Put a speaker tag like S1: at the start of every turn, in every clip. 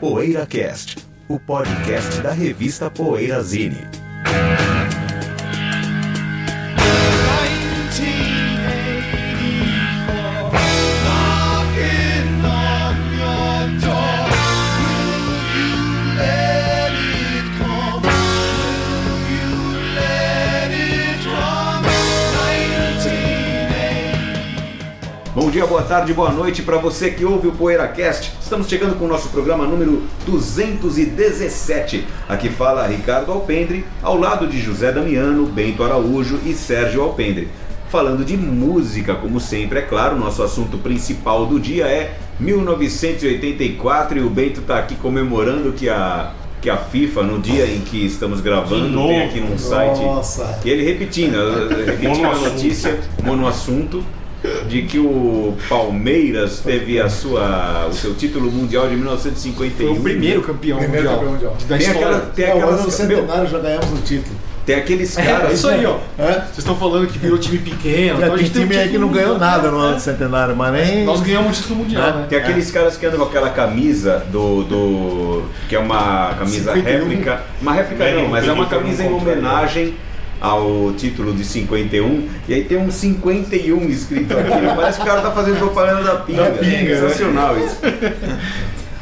S1: PoeiraCast, o podcast da revista Poeira Zine. Bom dia, boa tarde, boa noite para você que ouve o PoeiraCast. Estamos chegando com o nosso programa número 217. Aqui fala Ricardo Alpendre, ao lado de José Damiano, Bento Araújo e Sérgio Alpendre. Falando de música, como sempre, é claro, nosso assunto principal do dia é 1984 e o Bento está aqui comemorando que a que a FIFA, no dia em que estamos gravando,
S2: novo?
S1: tem aqui num site.
S3: Nossa.
S1: E ele repetindo, repetindo a
S2: Monoassunto.
S1: notícia, monoassunto, de que o Palmeiras teve a sua, o seu título mundial de 1951.
S2: Foi o primeiro campeão
S3: Primeiro
S2: mundial,
S3: campeão mundial.
S2: da
S1: Tem
S2: história.
S1: aquela, tem
S3: É, o ano do
S1: aquelas, meu,
S3: centenário já ganhamos o título.
S1: tem aqueles
S2: É
S1: caras.
S2: isso aí, ó.
S3: É?
S2: Vocês estão falando que virou time pequeno.
S3: Já
S2: então a
S3: tem
S2: gente tem um
S3: time aí que não é?
S2: título
S3: ganhou
S2: mundial,
S3: nada no ano
S2: né?
S3: do centenário, mas nem.
S2: Nós ganhamos o título mundial, né?
S1: Tem aqueles caras que andam com aquela camisa do. do que é uma camisa
S2: 51.
S1: réplica. Uma réplica
S2: É,
S1: não, mas é uma
S2: 51
S1: camisa em
S2: contra-
S1: homenagem ao título de 51. E aí tem um 51 escrito aqui. Parece que o cara tá fazendo propaganda da pinga. É
S3: Da pinga, né?
S1: Sensacional isso.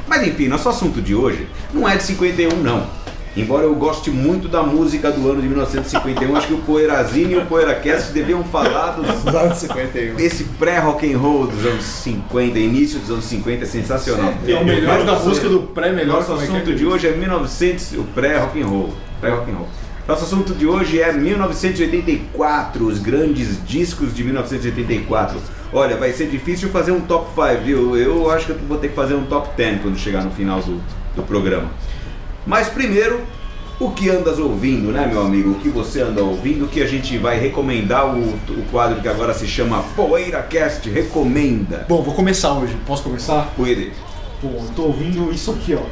S1: Mas enfim, nosso assunto de hoje não é de 51 não. Embora eu goste muito da música do ano de 1951, acho que o Poeirazine e o Poeiracast deviam falar dos
S3: Lá de 51.
S1: esse pré-rock and roll dos anos 50, início dos anos 50 é sensacional.
S2: É o melhor da música do
S1: O
S2: pré-melhor
S1: nosso
S2: também. que é
S1: assunto de hoje é 1900, o pré-rock and roll, pré-rock and roll. Nosso assunto de hoje é 1984, os grandes discos de 1984. Olha, vai ser difícil fazer um top 5, viu? Eu acho que eu vou ter que fazer um top 10 quando chegar no final do, do programa. Mas primeiro, o que andas ouvindo, né, meu amigo? O que você anda ouvindo, que a gente vai recomendar o, o quadro que agora se chama PoeiraCast Recomenda.
S2: Bom, vou começar hoje. Posso começar?
S1: Poeira.
S2: Pô, eu tô ouvindo isso aqui, ó.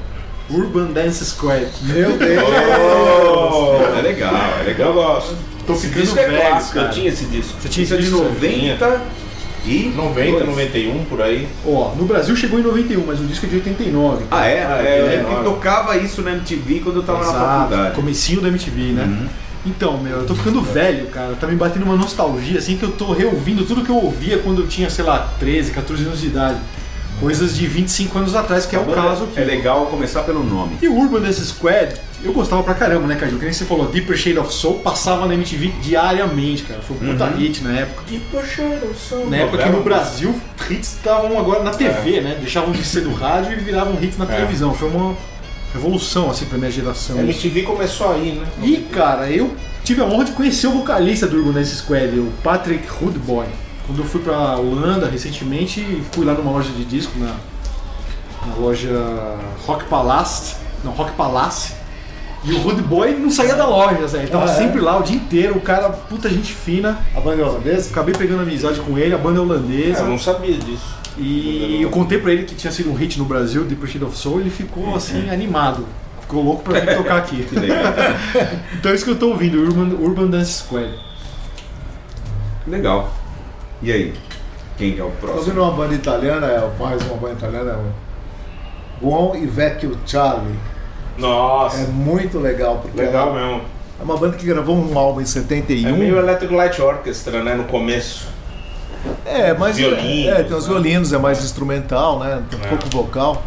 S2: Urban Dance Squad.
S3: Meu Deus!
S1: Oh, é legal, é legal. Eu gosto.
S2: Tô
S4: Esse
S2: ficando
S4: disco é
S2: velho,
S4: clássico,
S2: cara.
S4: eu tinha esse disco.
S2: Você tinha
S1: Isso
S2: isso
S1: é de 90 e...
S4: 90, 91, por aí.
S2: Ó, no Brasil chegou em 91, mas o disco é de 89.
S1: Ah, é?
S4: Ah,
S1: é, eu
S4: é,
S1: lembro que
S4: é.
S1: tocava isso na MTV quando eu tava na faculdade.
S2: Comecinho da MTV, né? Então, meu, eu tô ficando velho, cara. Tá me batendo uma nostalgia, assim, que eu tô reouvindo tudo que eu ouvia quando eu tinha, sei lá, 13, 14 anos de idade. Coisas de 25 anos atrás, que é o caso aqui.
S1: É legal começar pelo nome.
S2: E o Urban Dance Squad, eu gostava pra caramba, né, Caju? Que nem você falou, Deeper Shade of Soul passava na MTV diariamente, cara. Foi um puta hit na época.
S4: E puxaram o som.
S2: Na época que no Brasil, hits estavam agora na TV, né? Deixavam de ser do rádio e viravam hits na televisão. Foi uma revolução, assim, pra minha geração.
S4: A MTV começou aí, né?
S2: E, cara, eu tive a honra de conhecer o vocalista do Urban Dance Squad, o Patrick Hoodboy. Quando eu fui pra Holanda recentemente, fui lá numa loja de disco, na, na loja Rock Palace. Não, Rock Palace. E o Hoodboy não saía da loja, Zé. Ele tava
S3: Ah, é?
S2: sempre lá o dia inteiro, o cara, puta gente fina.
S3: A banda é holandesa?
S2: Acabei pegando amizade com ele, a banda é holandesa.
S4: Eu não sabia disso.
S2: E eu contei pra ele que tinha sido um hit no Brasil, The Pursuit of Soul, ele ficou assim, animado. Ficou louco pra vir tocar aqui. então é isso que eu tô ouvindo, Urban, Urban Dance Squad.
S1: Legal. E aí? Quem é o
S3: Tô
S1: próximo?
S3: ouvindo uma banda italiana, é mais uma banda italiana. É o Buon e Vecchio Charlie. É
S4: Nossa,
S3: muito legal, porque
S4: legal
S3: ela-
S4: mesmo.
S3: é uma banda que gravou um álbum em
S4: É meio
S3: 71.
S4: Electric Light Orchestra, né? No começo.
S3: É, mas
S4: Violinos,
S3: é, tem os
S4: né?
S3: violinos, é mais instrumental, né? Tem um
S4: É.
S3: pouco vocal.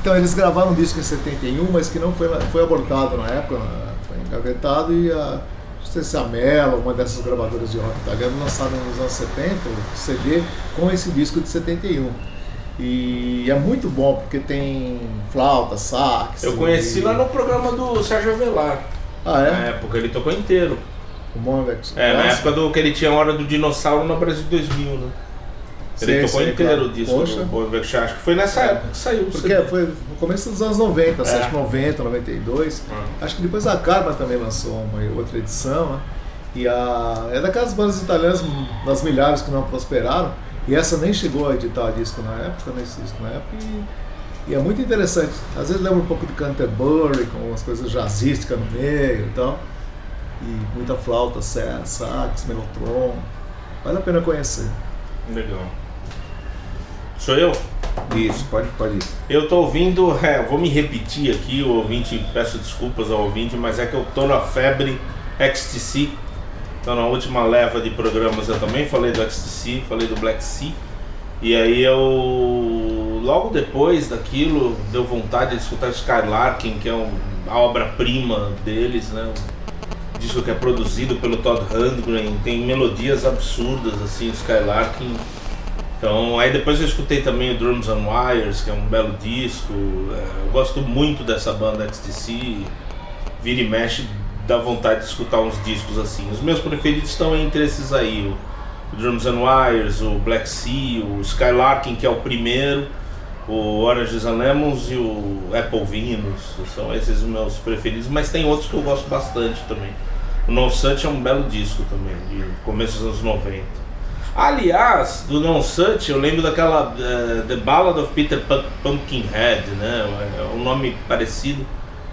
S3: Então eles gravaram um disco em 71, mas que não foi, foi abortado na época, né? foi engavetado e a não sei se a Mello, uma dessas gravadoras de rock italiano, lançaram nos anos 70 o CD com esse disco de 71. E é muito bom porque tem flauta, sax.
S4: Eu conheci
S3: e-
S4: lá no programa do Sérgio Avelar.
S3: Ah,
S4: Na
S3: é?
S4: época ele tocou inteiro.
S3: O Ah, Monvex.
S4: É, na época do que ele tinha Hora do Dinossauro no Brasil 2000, né? Ele
S3: Sei,
S4: tocou
S3: sei,
S4: inteiro
S3: claro.
S4: o disco.
S3: Poxa.
S4: do Boy Vecchio. Acho que foi nessa época que saiu.
S3: Porque foi no começo dos anos 90,
S4: É.
S3: 7, 90, 92.
S4: Ah,
S3: Acho que depois a Karma também lançou uma outra edição, né? E a, é daquelas bandas italianas das milhares que não prosperaram. E essa nem chegou a editar disco na época, nesse disco na época. E, e é muito interessante. Às vezes lembra um pouco de Canterbury, com umas coisas jazzísticas no meio e tal. E muita flauta, sa- sax, melotron. Vale a pena conhecer.
S4: Legal. Sou eu?
S1: Isso, pode, pode ir.
S4: Eu tô ouvindo, é, vou me repetir aqui, o ouvinte, peço desculpas ao ouvinte, mas é que eu tô na febre XTC. Então na última leva de programas eu também falei do XTC, falei do Black Sea. E aí eu logo depois daquilo deu vontade de escutar Skylarkin, que é um- a obra-prima deles, né? Um disco que é produzido pelo Todd Rundgren, tem melodias absurdas assim, Skylarkin. Então, aí depois eu escutei também o Drums and Wires, que é um belo disco. É, eu gosto muito dessa banda XTC. Vira e mexe, dá vontade de escutar uns discos assim. Os meus preferidos estão entre esses aí: o Drums and Wires, o Black Sea, o Skylarkin, que é o primeiro, o Oranges and Lemons e o Apple Venus. São esses os meus preferidos, mas tem outros que eu gosto bastante também. O No Such é um belo disco também, de começo dos anos 90. Aliás, do Non Such, eu lembro daquela eh, The Ballad of Peter Pum- Pumpkinhead, né? É um nome parecido.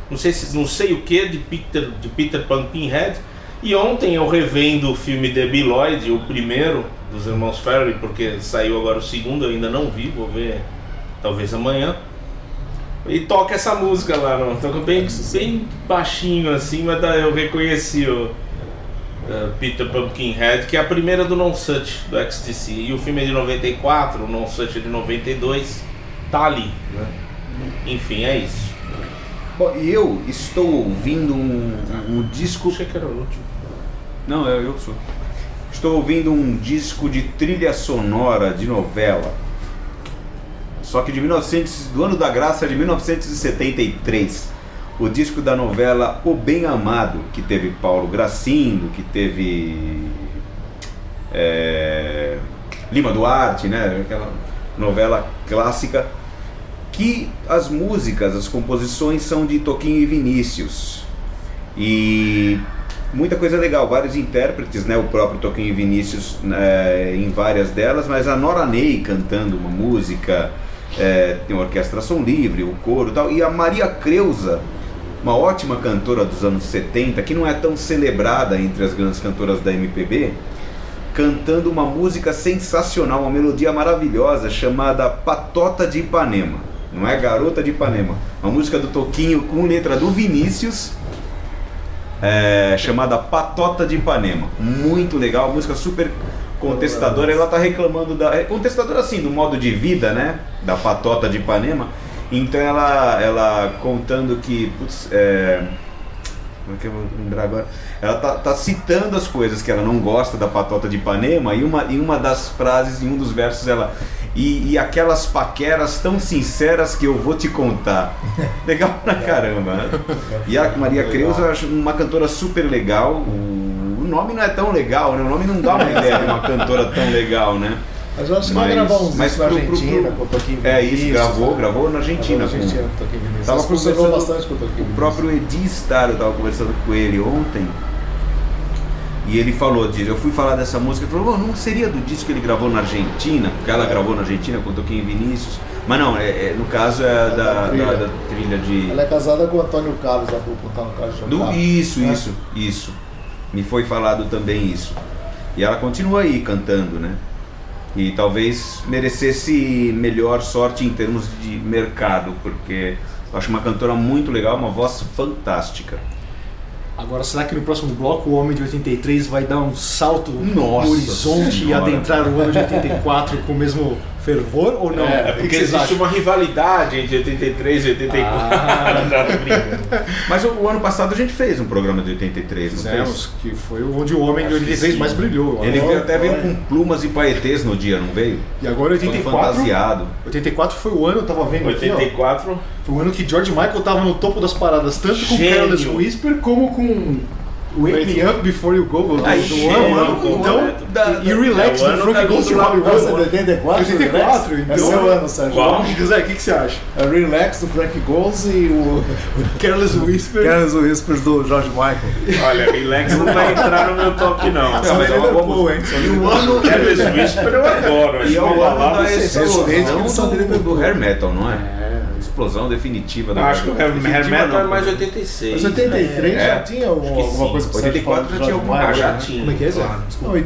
S4: Não sei se não sei o que de Peter de Peter Pumpkinhead. E ontem eu revendo o filme The Lloyd, o primeiro dos irmãos Ferry, porque saiu agora o segundo, eu ainda não vi, vou ver talvez amanhã. E toca essa música lá, não. Toca bem, bem baixinho assim, mas dá- eu reconheci o eh, Peter Pumpkinhead, que é a primeira do Non Such, do XTC. E o filme é de 94, o Non Such é de 92, tá ali, né? Enfim, é isso.
S1: Bom, e eu estou ouvindo um, um disco.
S4: Achei que era o último.
S1: Não, eu, eu sou. Estou ouvindo um disco de trilha sonora de novela. Só que de 1900, do ano da graça de 1973. O disco da novela O Bem Amado, que teve Paulo Gracindo, que teve. é, Lima Duarte, né? Aquela novela clássica. Que as músicas, as composições são de Toquinho e Vinícius. E muita coisa legal, vários intérpretes, né? O próprio Toquinho e Vinícius né, em várias delas, mas a Nora Ney cantando uma música, é, tem a Orquestra Som Livre, o coro e tal, e a Maria Creuza, uma ótima cantora dos anos 70, que não é tão celebrada entre as grandes cantoras da MPB, cantando uma música sensacional, uma melodia maravilhosa chamada Patota de Ipanema. Não é Garota de Ipanema. Uma música do Toquinho com letra do Vinícius é, chamada Patota de Ipanema. Muito legal, música super contestadora. Ela tá reclamando da. é Contestadora assim, do modo de vida, né? Da Patota de Ipanema. Então ela, ela contando que. Putz, é, como é que eu vou lembrar agora? Ela tá, tá citando as coisas que ela não gosta da patota de Ipanema e uma, e uma das frases, em um dos versos, ela. E, e aquelas paqueras tão sinceras que eu vou te contar. Legal pra caramba, né? E a Maria Creuza eu acho uma cantora super legal. O, o nome não é tão legal, né? O nome não dá uma ideia de uma cantora tão legal, né?
S3: Mas eu acho que vai
S1: Mas-
S3: gravar uns
S1: mas
S3: discos na
S1: pro- pro-
S3: Argentina,
S1: pro-
S3: com um o Toquinho
S1: É isso,
S3: Vinícius,
S1: gravou,
S3: né?
S1: gravou na Argentina.
S3: Gravou na
S1: com-
S3: Argentina, com o Toquinho Vinícius.
S1: Tava
S3: Elas conversou
S1: conversando-
S3: bastante com o Toquinho
S1: O
S3: Vinícius.
S1: próprio Edi Star, eu tava conversando com ele ontem. E ele falou disso. Eu fui falar dessa música. Ele falou: "Bom, não seria do disco que ele gravou na Argentina? Porque ela gravou na Argentina com o Toquinho Vinícius. Mas não, é, é- no caso é da, da- da trilha.
S3: trilha.
S1: de.
S3: Ela é casada com o Antônio Carlos, da dupla tá no caso de
S1: Do-
S3: Jogar.
S1: isso,
S3: né?
S1: isso, isso. Me foi falado também isso. E ela continua aí cantando, né? E talvez merecesse melhor sorte em termos de mercado, porque eu acho uma cantora muito legal, uma voz fantástica.
S2: Agora, será que no próximo bloco o homem de 83 vai dar um salto
S1: Nossa
S2: no horizonte e
S1: Senhora.
S2: adentrar o ano de 84 com o mesmo fervor ou não?
S4: É,
S2: O que
S4: porque
S2: vocês
S4: existe
S2: acham?
S4: uma rivalidade entre 83 e 84.
S2: Ah,
S4: Não, tô brincando.
S1: Mas o, o ano passado a gente fez um programa de 83, não fez?
S2: fizemos, que foi onde o homem de
S4: Acho que
S2: 83
S4: sim.
S2: mais brilhou.
S1: Ele
S2: Agora-
S1: veio- até veio com plumas e paetês no dia, não veio?
S2: E agora
S1: Todo
S2: 84.
S1: fantasiado.
S2: 84 foi o ano, eu tava vendo aqui, ó.
S4: 84.
S2: Foi o ano que George Michael tava no topo das paradas, tanto com
S4: Gênio.
S2: Careless Whisper como com Wake Me Up Before You Go Go do
S1: Aí,
S2: do
S1: gênio, É
S2: ano.
S4: completo.
S2: Então,
S1: Da-
S2: e Relax
S4: um É o
S2: do
S4: ano
S2: Frank
S4: da
S2: Goes to Robbie
S3: Nossa, é de
S2: World.
S3: 84?
S2: 84,
S3: Relax?
S2: então.
S3: É seu ano, Sérgio.
S4: Qual?
S2: José, o que, que você acha?
S3: É o Relax do Frank Gomes e o
S2: Careless Whisper.
S3: Carlos Whispers do George Michael.
S4: Olha, Relax não vai entrar no meu top, não.
S1: Não, mas é uma boa música.
S3: E o ano
S4: Careless Whisper eu adoro. acho
S1: E é o
S4: uma
S1: ano
S4: balada
S1: da
S4: sens-
S1: explosão
S3: respeito que eles são
S1: do, do hair metal, não é?
S2: É,
S1: Explosão definitiva do
S4: Não, acho que o Hair Hair
S1: Definitiva
S4: Metal é
S1: não.
S4: mais 86.
S3: Mas 83
S1: É.
S3: já tinha alguma,
S4: Acho que
S3: alguma
S4: sim.
S3: coisa que
S1: 84 já tinha alguma
S4: Ah,
S1: coisa.
S4: já
S3: já
S4: tinha.
S2: Como é que é, Zé?
S4: claro.
S3: Não, um e-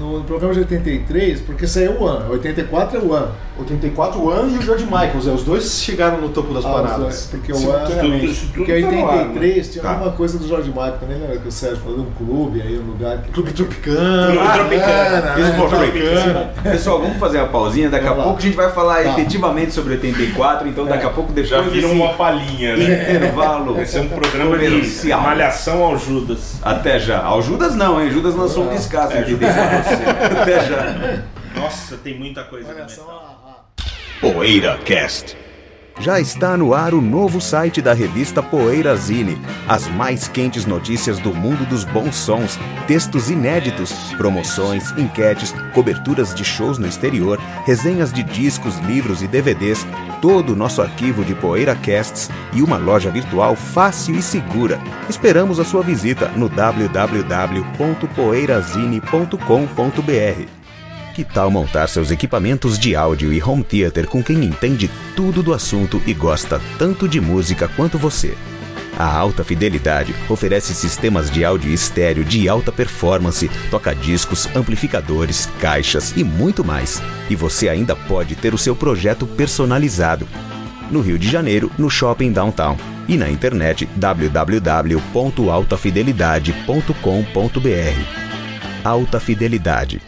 S3: no, no programa de 83, porque saiu o ano. 84 é o ano.
S2: 84 One e o George Michaels. É, os dois chegaram no topo das paradas.
S3: Ah, Porque o An,
S2: Simultaneamente.
S4: Isso tudo
S3: porque
S4: tá no ar, né?
S3: 83 tinha
S1: Tá.
S3: alguma coisa do Jorge Michael também, lembra que o Sérgio falou de um clube aí, um lugar que. Ah,
S2: Clube Tropicana.
S4: Clube
S3: Tropicana,
S2: Clube
S4: É,
S1: né?
S4: tá
S2: Tropicana.
S1: Pessoal, vamos fazer uma pausinha. Daqui a
S3: Vamos lá.
S1: pouco a gente vai falar
S3: Tá.
S1: efetivamente sobre 84. Então, daqui a pouco, depois
S4: É. Já virou
S1: desse
S4: uma palhinha, né?
S1: um intervalo.
S4: Vai ser um programa de
S1: Comercial.
S4: malhação ao Judas.
S1: Até já. Ao Judas não, hein? Judas lançou um descasso em 84. Até já.
S4: Nossa, tem muita coisa no
S3: Relação
S4: metal.
S3: a- a-
S1: Poeira Cast. Já está no ar o novo site da revista Poeira Zine. As mais quentes notícias do mundo dos bons sons, textos inéditos, promoções, enquetes, coberturas de shows no exterior, resenhas de discos, livros e DVDs, todo o nosso arquivo de Poeira Casts e uma loja virtual fácil e segura. Esperamos a sua visita no www.poeirazine.com.br. Que tal montar seus equipamentos de áudio e home theater com quem entende tudo do assunto e gosta tanto de música quanto você? A Alta Fidelidade oferece sistemas de áudio estéreo de alta performance, toca-discos, amplificadores, caixas e muito mais. E você ainda pode ter o seu projeto personalizado. No Rio de Janeiro, no Shopping Downtown. E na internet www.altafidelidade.com.br. Alta Fidelidade.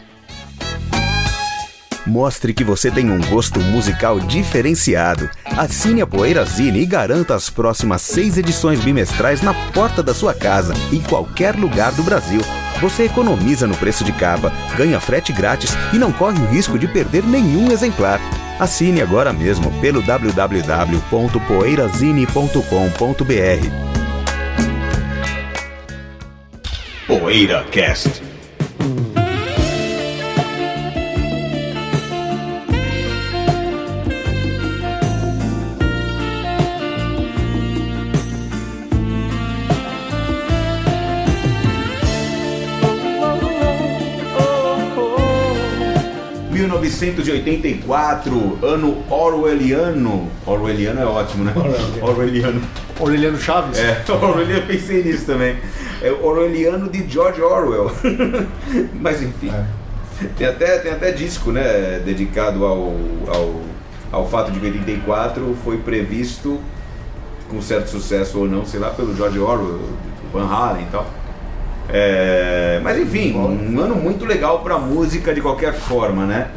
S1: Mostre que você tem um gosto musical diferenciado. Assine a Poeira Zine e garanta as próximas seis edições bimestrais na porta da sua casa, em qualquer lugar do Brasil. Você economiza no preço de capa, ganha frete grátis e não corre o risco de perder nenhum exemplar. Assine agora mesmo pelo www.poeirazine.com.br. Poeira Cast.
S5: oh,
S1: 1984, ano orwelliano. Orwelliano é ótimo, né? Orwelliano.
S2: Aureliano Chaves.
S1: É, orwelliano, eu pensei nisso também. É o orwelliano de George Orwell. Mas enfim. Tem, até, tem até disco, né? Dedicado ao, ao, ao fato de que 84 foi previsto, com certo sucesso ou não, sei lá, pelo George Orwell, Van Halen e tal. É, mas enfim, um ano muito legal pra música de qualquer forma, né?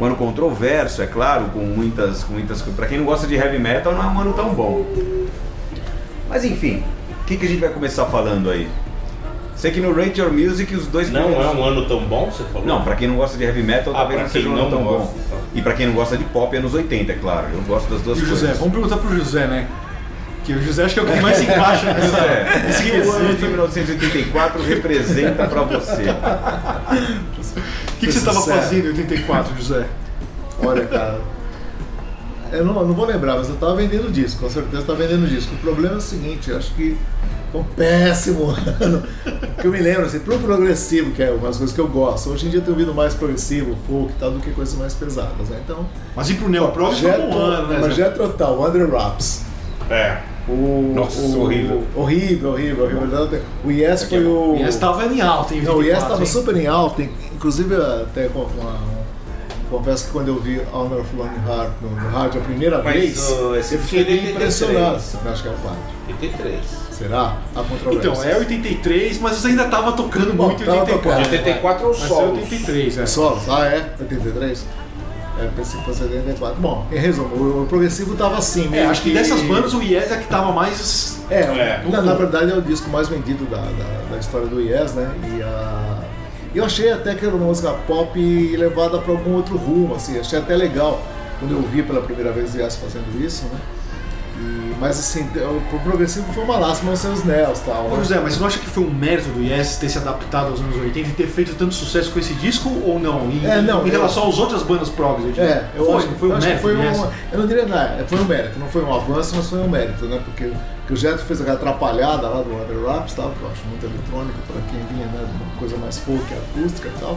S1: Um ano controverso, é claro, com muitas, com muitas coisas. Pra quem não gosta de heavy metal, não é um ano tão bom. Mas enfim, o que, que a gente vai começar falando aí? Sei que no Rate Your Music os dois
S4: Não
S1: primeiros-
S4: é um ano tão bom, você falou?
S1: Não, pra quem não gosta de heavy metal,
S4: Ah,
S1: talvez
S4: pra
S1: não seja um
S4: quem
S1: ano
S4: não
S1: tão
S4: gosta,
S1: bom.
S4: tá.
S1: E pra quem não gosta de pop, é anos 80, é claro. Eu gosto das duas
S2: E o
S1: coisas.
S2: José? Vamos perguntar pro José, né? Que o José acho que é o que mais se encaixa nessa.
S1: É,
S2: nesse
S1: o ano de
S2: quesito.
S1: 1984 representa pra você.
S2: O que, que você estava
S3: José.
S2: fazendo em 84, José?
S3: Olha, cara. Eu não, não vou lembrar, mas eu tava vendendo disco, com certeza tava vendendo disco. O problema é o seguinte, eu acho que foi um péssimo ano. Que eu me lembro, assim, pro progressivo, que é umas coisas que eu gosto. Hoje em dia eu tenho ouvido mais progressivo, folk e tal, do que coisas mais pesadas, né? Então.
S2: Mas ir pro Neoprog foi um ano, né?
S3: mas
S2: Zé?
S3: Jethro Tull, Under Wraps.
S4: É.
S3: O,
S1: Nossa,
S3: o-
S1: horrível.
S3: Horrível, horrível, horrível. O Yes foi o.
S2: O Yes estava em alta em 84.
S3: Não, o Yes estava
S2: hein?
S3: super em alta, inclusive até com uma, confesso que quando eu vi Honor of Lonely Heart no, no rádio a primeira
S4: Mas,
S3: vez,
S4: ô, esse
S3: eu fiquei
S4: filme é
S3: meio
S4: de
S3: impressionado.
S4: 83.
S3: Acho que é o 4.
S4: 83.
S3: Será? A controvérsia.
S2: Então, é 83, mas você ainda tava tocando
S3: Bom,
S2: muito em
S3: tava
S2: 84.
S3: tocando.
S4: 84 é o
S2: Mas
S4: sol.
S2: é 83, é.
S3: É só? Ah, é? 83? É, pensei que fosse 84. Bom, em resumo, o, o progressivo tava assim,
S2: É,
S3: meio
S2: acho que dessas bandas o Yes é que tava mais.
S3: É,
S4: É.
S3: na, na verdade é o disco mais vendido da, da, da história do Yes, né? E a- eu achei até que era uma música pop levada para algum outro rumo, assim, achei até legal quando eu vi pela primeira vez o Yes fazendo isso, né? E- mas assim, o progressivo foi uma lástima os seus Nels e tal.
S2: Ô
S3: né?
S2: José, mas você não acha que foi um mérito do Yes ter se adaptado aos anos 80 e ter feito tanto sucesso com esse disco ou não? E-
S3: É, não,
S2: Em
S3: eu-
S2: relação às outras bandas prog, eu digo.
S3: É, eu
S2: Foi,
S3: acho que
S2: foi
S3: eu
S2: um
S3: acho que
S2: mérito.
S3: foi
S2: do Yes.
S3: um, eu não diria nada, foi um mérito, não foi um avanço, mas foi um mérito, né? Porque, porque o Jetro fez aquela atrapalhada lá do Under Wraps, tal, que eu acho muito eletrônico para quem vinha, né? de Uma coisa mais folk, acústica e tal.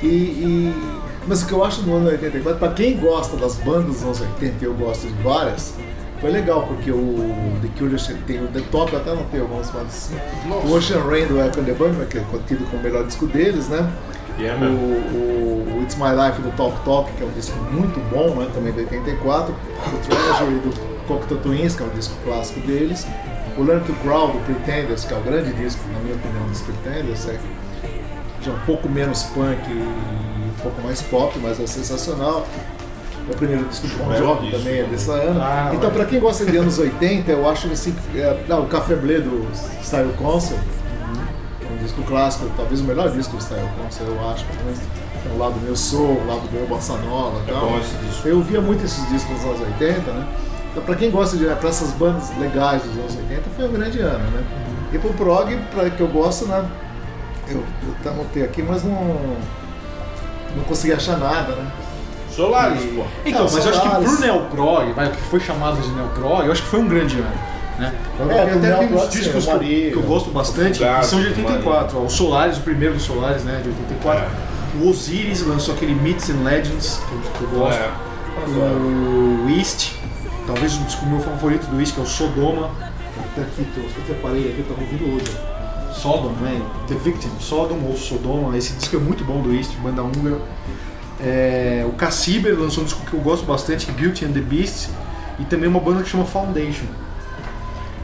S3: E, e- mas o que eu acho no ano 84, para quem gosta das bandas dos anos 80, e eu gosto de várias, foi legal, porque o The Cure tem o The Top, até não tem algumas bandas assim. O Ocean Rain do Echo and the Bunnymen, que é tido como o melhor disco deles, né?
S4: E é
S3: O,
S4: mesmo.
S3: o, o It's My Life do Talk Talk, que é um disco muito bom, né, também de 84. O Treasury do Cocteau Twins, que é um disco clássico deles. O Learn to Crawl do Pretenders, que é o grande disco, na minha opinião, dos Pretenders. É já um pouco menos punk e um pouco mais pop, mas é sensacional. É o primeiro disco do Bon
S4: Belo
S3: Jovi
S4: disco. né?
S3: também, é dessa ano.
S2: Ah,
S3: então,
S2: olha.
S3: pra quem gosta de anos 80, eu acho esse. É, ah, o Café Bleu do Style Concert, um disco clássico, talvez o melhor disco do Style Concert, eu acho, pelo menos. É o lado meu soul, o lado meu bossa nova e
S4: É
S3: tal.
S4: bom esse disco.
S3: Eu via muito esses discos nos anos 80, né? Então, pra quem gosta de. pra essas bandas legais dos anos 80, foi um grande ano, né? E pro prog, pra, que eu gosto, né? Eu, eu tá- anotei aqui, mas não. não consegui achar nada, né?
S4: Solaris,
S3: E-
S4: pô.
S2: Então,
S3: É,
S2: mas eu acho que
S3: Solaris.
S2: pro Neoprog, vai, o que foi chamado de Neoprog, eu acho que foi um grande ano. Né?
S3: É,
S2: Porque
S3: pro
S2: até tem uns
S3: Neoprog, sim,
S2: discos
S3: o
S2: que eu-
S3: Maria,
S2: que eu gosto bastante,
S4: Fugazi,
S2: que são de
S4: o Maria.
S2: 84. ó, o Solaris, o primeiro do Solaris, né, de 84.
S3: É.
S2: O Osiris lançou aquele Myths and Legends, que eu, que eu gosto.
S4: É.
S2: O East, talvez um o disco meu favorito do East, que é o Sodoma. Até aqui, tô, eu separei aqui, eu tava ouvindo hoje. ó. Sodom, né? The Victim, Sodom ou Sodoma. Esse disco é muito bom do East, banda húngara. É, o Cassiber lançou um disco que eu gosto bastante, Guilty and the Beast. E também uma banda que chama Foundation.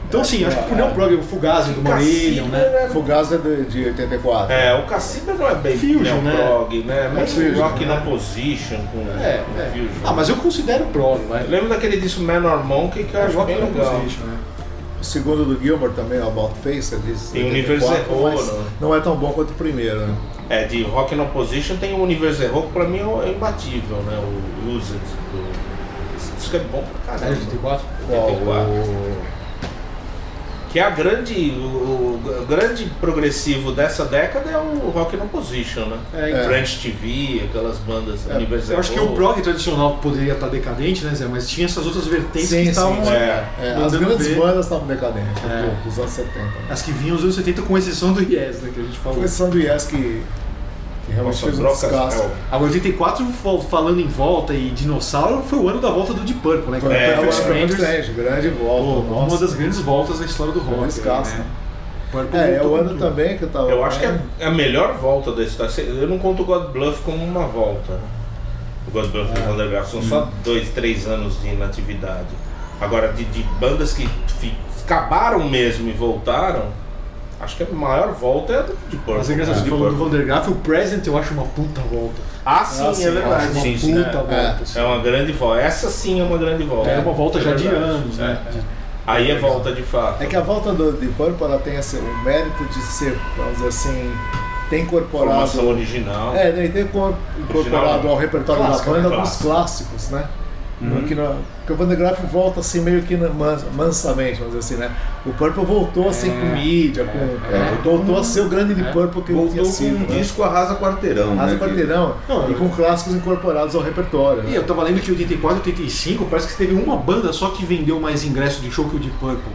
S2: Então, assim, acho que pro Neoprog, o Fugazi do Marillion, né?
S3: Fugazi é de, de 84.
S4: É, o Caciba não é bem
S2: Fusion, né?
S4: prog, né? Mas
S2: Fusion,
S4: rock
S2: né?
S4: na position com,
S2: É,
S4: com
S2: é.
S4: fusion.
S2: Ah, mas É, eu considero prog, né? vai.
S4: Eu lembro daquele disco Menor Monkey que eu acho bem legal.
S2: né?
S3: O segundo do Gilmore também, o About Face, é de 84,
S4: Universo
S3: mas
S4: Errou, né?
S3: não é tão bom quanto o primeiro, né?
S4: É, de Rock in Opposition tem o Universo Rock, pra mim é imbatível, né? O Lose It. do- Esse disco é bom pra
S2: É,
S4: caralho.
S2: 84?
S3: Qual?
S4: 84. Que é a grande, o, o grande progressivo dessa década é o Rock in Opposition, né?
S2: É,
S3: É.
S4: French TV, aquelas bandas
S3: É,
S4: Universo
S2: Eu acho que
S4: Errou.
S2: o prog tradicional poderia estar decadente, né, Zé? Mas tinha essas outras vertentes
S3: Sim,
S2: que
S3: sim,
S2: estavam.
S3: sim.
S4: É.
S3: É,
S2: Mandando
S3: as grandes
S2: ver.
S3: bandas estavam decadentes,
S2: É.
S3: do- dos anos 70. Né?
S2: As que vinham dos anos 70, com exceção do Yes, né? Que a gente falou.
S3: Com exceção do Yes que, que realmente
S4: Nossa, é,
S3: fez um
S4: Brocas
S3: descasso.
S4: Hell.
S2: A 84, fal- falando em volta e dinossauro, foi o ano da volta do Deep Purple, né? Que
S4: É,
S2: Perfect
S3: o Strange,
S2: Strangers.
S3: grande
S2: Pô,
S3: volta. nossa.
S2: uma das grandes voltas da história do
S3: Foi um
S2: rock.
S3: descasso,
S2: né?
S3: né?
S2: Purple
S3: É, é o
S2: voltou com
S3: ano
S2: tudo.
S3: também que eu tava.
S4: Eu acho que é a melhor volta da história. Eu não conto o God Bluff como uma volta. né? O God Bluff e o Thunderground são
S2: Hum.
S4: só dois, três anos de inatividade. Agora, de, de bandas que fi- acabaram mesmo e voltaram, acho que a maior volta é a do de Purple.
S2: Mas é engraçado,
S4: né?
S2: você
S4: De
S2: falou do
S4: Purple.
S2: Vandergraaf, o Present eu acho uma puta volta.
S4: Ah, sim,
S3: Ah, sim,
S4: é
S2: Eu acho
S4: verdade.
S2: uma
S4: Sim, sim,
S2: puta
S4: é.
S2: volta.
S3: É.
S2: assim.
S4: É uma grande volta. Essa sim é uma grande volta.
S2: É uma volta já de
S4: verdade.
S2: anos, né?
S4: É.
S2: De-
S4: Aí é volta de fato.
S3: É que a volta do Deep Purple ela tem assim, o mérito de ser, vamos dizer assim, ter incorporado.
S4: formação original.
S3: É, né, e ter cor- incorporado
S4: Original.
S3: ao repertório
S4: Clássico,
S3: da banda
S4: né?
S3: alguns clássicos, né? Que, no, que o Van de Graaf volta assim meio que na- man- mansamente, vamos dizer assim, né? O Purple voltou assim com mídia, com, é, voltou a ser o grande de
S2: É.
S3: Purple que ele
S1: Voltou
S3: tinha
S1: com
S3: sido.
S1: um
S3: né?
S1: disco Arrasa Quarteirão. né,
S3: Asa
S1: que-
S3: Quarteirão
S2: Não,
S3: e
S2: eu-
S3: com clássicos incorporados ao repertório.
S2: E
S3: né?
S2: eu tava lendo que em 84, 85, parece que teve uma banda só que vendeu mais ingressos de show que o Deep Purple.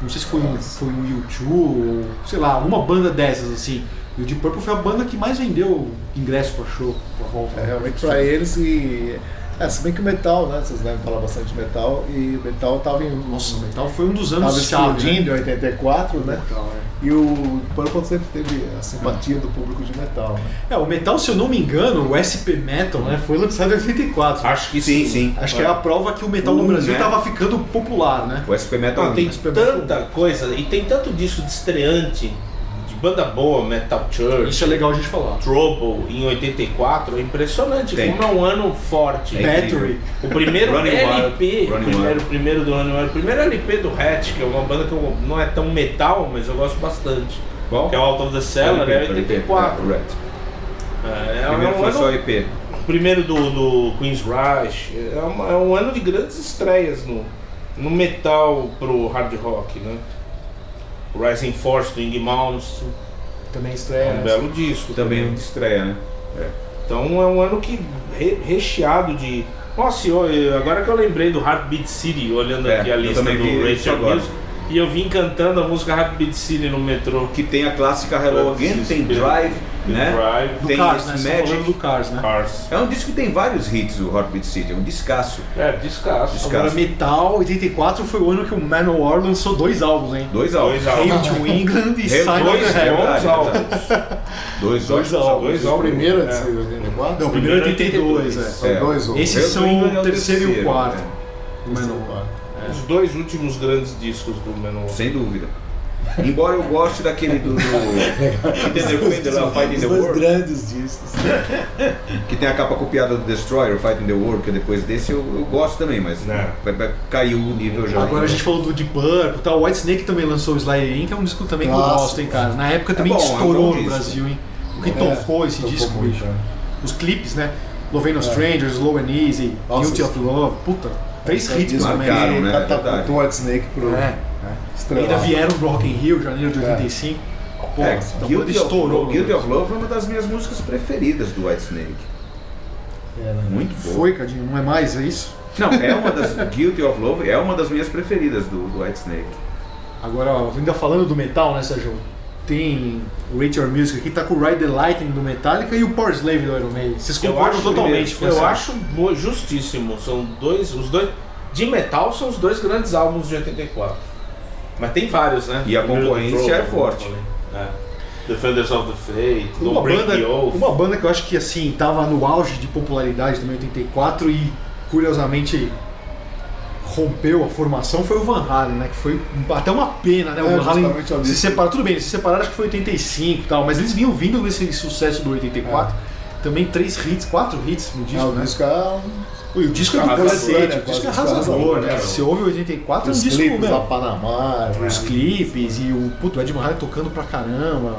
S2: Não sei se foi um, foi um U2 ou sei lá, uma banda dessas assim. E o Deep Purple foi a banda que mais vendeu ingresso pra show, pra volta. né?
S3: É, realmente pra eles e. É, se bem que o metal, né? Vocês devem falar bastante de metal, e o metal tava em.
S2: Nossa, o metal foi um dos
S3: Tava
S2: anos chave.
S3: explodindo
S2: Né?
S3: em 84, né?
S2: Metal, é.
S3: E o Purple sempre teve a simpatia do público de metal. Né?
S2: É, o metal, se eu não me engano, o SP Metal, né, foi lançado em 84.
S4: Acho que
S1: Sim, sim.
S2: Acho que é a prova que o metal no
S1: Um,
S2: Brasil
S1: né?
S2: tava ficando popular, né?
S1: O SP Metal
S4: Não, tem
S1: né?
S4: tanta coisa e tem tanto disco de estreante de banda boa, Metal Church,
S2: Isso é legal a gente falar.
S4: Trouble em 84, é impressionante
S1: Tem.
S4: como é um ano forte.
S1: Tem.
S2: Battery.
S4: O primeiro
S1: Running
S4: LP,
S1: Wild.
S4: o
S1: Running
S4: primeiro,
S1: Wild.
S4: primeiro do ano, o primeiro LP do Hatch, que é uma banda que eu- não é tão metal, mas eu gosto bastante.
S1: Qual?
S4: Que é o Out of the Cellar,
S1: LP,
S4: é
S1: é,
S4: 84.
S1: o Red.
S4: É, é
S1: Primeiro
S4: um
S1: foi só
S4: ano,
S1: EP.
S4: primeiro do, do Queen's Rush, é, uma- é um ano de grandes estreias no, no metal pro hard rock, né? O Rising Force do Ing Mounds,
S2: Também
S4: é
S2: estreia.
S4: um belo disco
S1: Também um de estreia, né?
S4: Então é um ano que re- recheado de. Nossa, eu, eu- agora que eu lembrei do Heartbeat City, olhando
S1: É,
S4: aqui a
S1: eu
S4: lista
S1: também vi
S4: do
S1: isso
S4: Rachel
S1: agora.
S4: Music, E eu vim cantando a música Rapid City no metrô.
S1: Que tem a clássica Hello Again, tem Drive,
S4: Tem
S1: né?
S4: Drive,
S2: Do
S1: Tem
S2: Cars, né?
S1: esse
S2: Você tá falando
S1: Magic.
S2: do Cars, né?
S4: Cars.
S1: É um disco que tem vários hits, o Heartbeat City, é um discaço.
S4: É, descasso.
S1: Descasso.
S2: Agora, Metal 84 foi o ano que o Manowar lançou dois álbuns, hein?
S1: Dois álbuns. É
S4: Dois álbuns.
S2: Hail to England e
S1: Hail
S2: Sign
S1: to
S2: of
S4: Dois
S2: the Heaven.
S4: bons álbuns.
S1: Dois álbuns.
S2: Dois álbuns.
S4: Dois
S3: O
S4: álbuns.
S3: primeiro é de
S4: É.
S3: 84?
S2: Não, o primeiro é 82, é.
S3: São
S1: É.
S3: dois ou
S2: Esses
S1: Hail to England
S2: são
S1: é
S2: o
S1: o
S2: terceiro e o
S1: terceiro,
S2: quarto.
S1: né?
S2: Manowar.
S4: é. Os dois últimos grandes discos do Menor.
S1: Sem dúvida. Embora eu goste daquele do. do que tem The Wind, lá, Fight in the
S3: dois
S1: World,
S3: grandes discos.
S1: que tem a capa copiada do Destroyer, Fight in the World, que depois desse eu, eu gosto também, mas
S4: Né.
S1: vai- vai- caiu o nível já.
S2: Agora a gente falou do Deep Purple, tá? o White Snake também lançou o Slider In, que é um disco também que eu
S3: Clássico.
S2: gosto, hein, cara. Na época também
S1: bom, é um
S2: estourou
S1: bom
S2: no
S1: disco.
S2: Brasil, hein? O que
S3: É,
S2: tocou esse
S3: tocou
S2: disco,
S3: muito,
S2: bicho?
S3: né?
S2: Os clipes, né? Loving on Strangers, Low and Easy,
S3: Nossa,
S2: Guilty of Love, puta, três hits
S1: disco
S2: também.
S1: marcaram, né?
S3: Catapultou o White Snake pro. né?
S2: É. E
S3: Estrela.
S2: Ainda vieram pro Rock in Rio, janeiro de
S3: É.
S2: 85. Pô,
S1: É,
S2: essa banda
S1: Guilty, of,
S2: estourou.
S1: Love- Guilty of Love foi uma das minhas músicas preferidas do Whitesnake.
S3: É, né?
S1: Muito boa.
S2: Foi, Cadinho, não é mais, é isso?
S1: Não, é uma das. Guilty of Love é uma das minhas preferidas do, do Whitesnake.
S2: Agora, ó, ainda falando do metal, né, Sérgio? Tem o Rate Your Music aqui, tá com o Ride the Lightning do Metallica e o Power Slave do Iron Maiden. Vocês
S4: Eu
S2: concordam
S4: acho,
S2: totalmente com
S4: eu
S2: essa-
S4: acho bo- justíssimo. São dois, os dois de metal são os dois grandes álbuns de 84. Mas tem vários, né?
S1: E a concorrência
S4: Primeiro
S1: é
S4: do Throne,
S1: forte.
S4: como eu falei. É. Defenders of the Fate,
S2: uma
S4: Don't Break
S2: banda,
S4: the Oath.
S2: uma banda que eu acho que assim tava no auge de popularidade também em 84 e curiosamente rompeu a formação foi o Van Halen, né? Que foi até uma pena, né?
S3: É,
S2: o Van Halen
S3: justamente ali.
S2: se separou, tudo bem, eles se separaram acho que foi em 85 e tal, mas eles vinham vindo desse sucesso do 84.
S4: É.
S2: Também três hits, quatro hits no
S3: Ah,
S2: disco,
S3: o
S2: né?
S3: disco é um-
S2: E o disco é do
S4: Arrasou,
S2: cacete,
S3: né?
S2: o disco é
S3: Quase
S2: arrasador,
S3: arrasou,
S2: né?
S3: né?
S2: Se você ouve 84, é um
S3: os
S2: disco
S3: clipes da
S2: mesmo. É um
S3: Panamá. né?
S2: Os clipes e o, puto, o Ed Van Halen tocando pra caramba,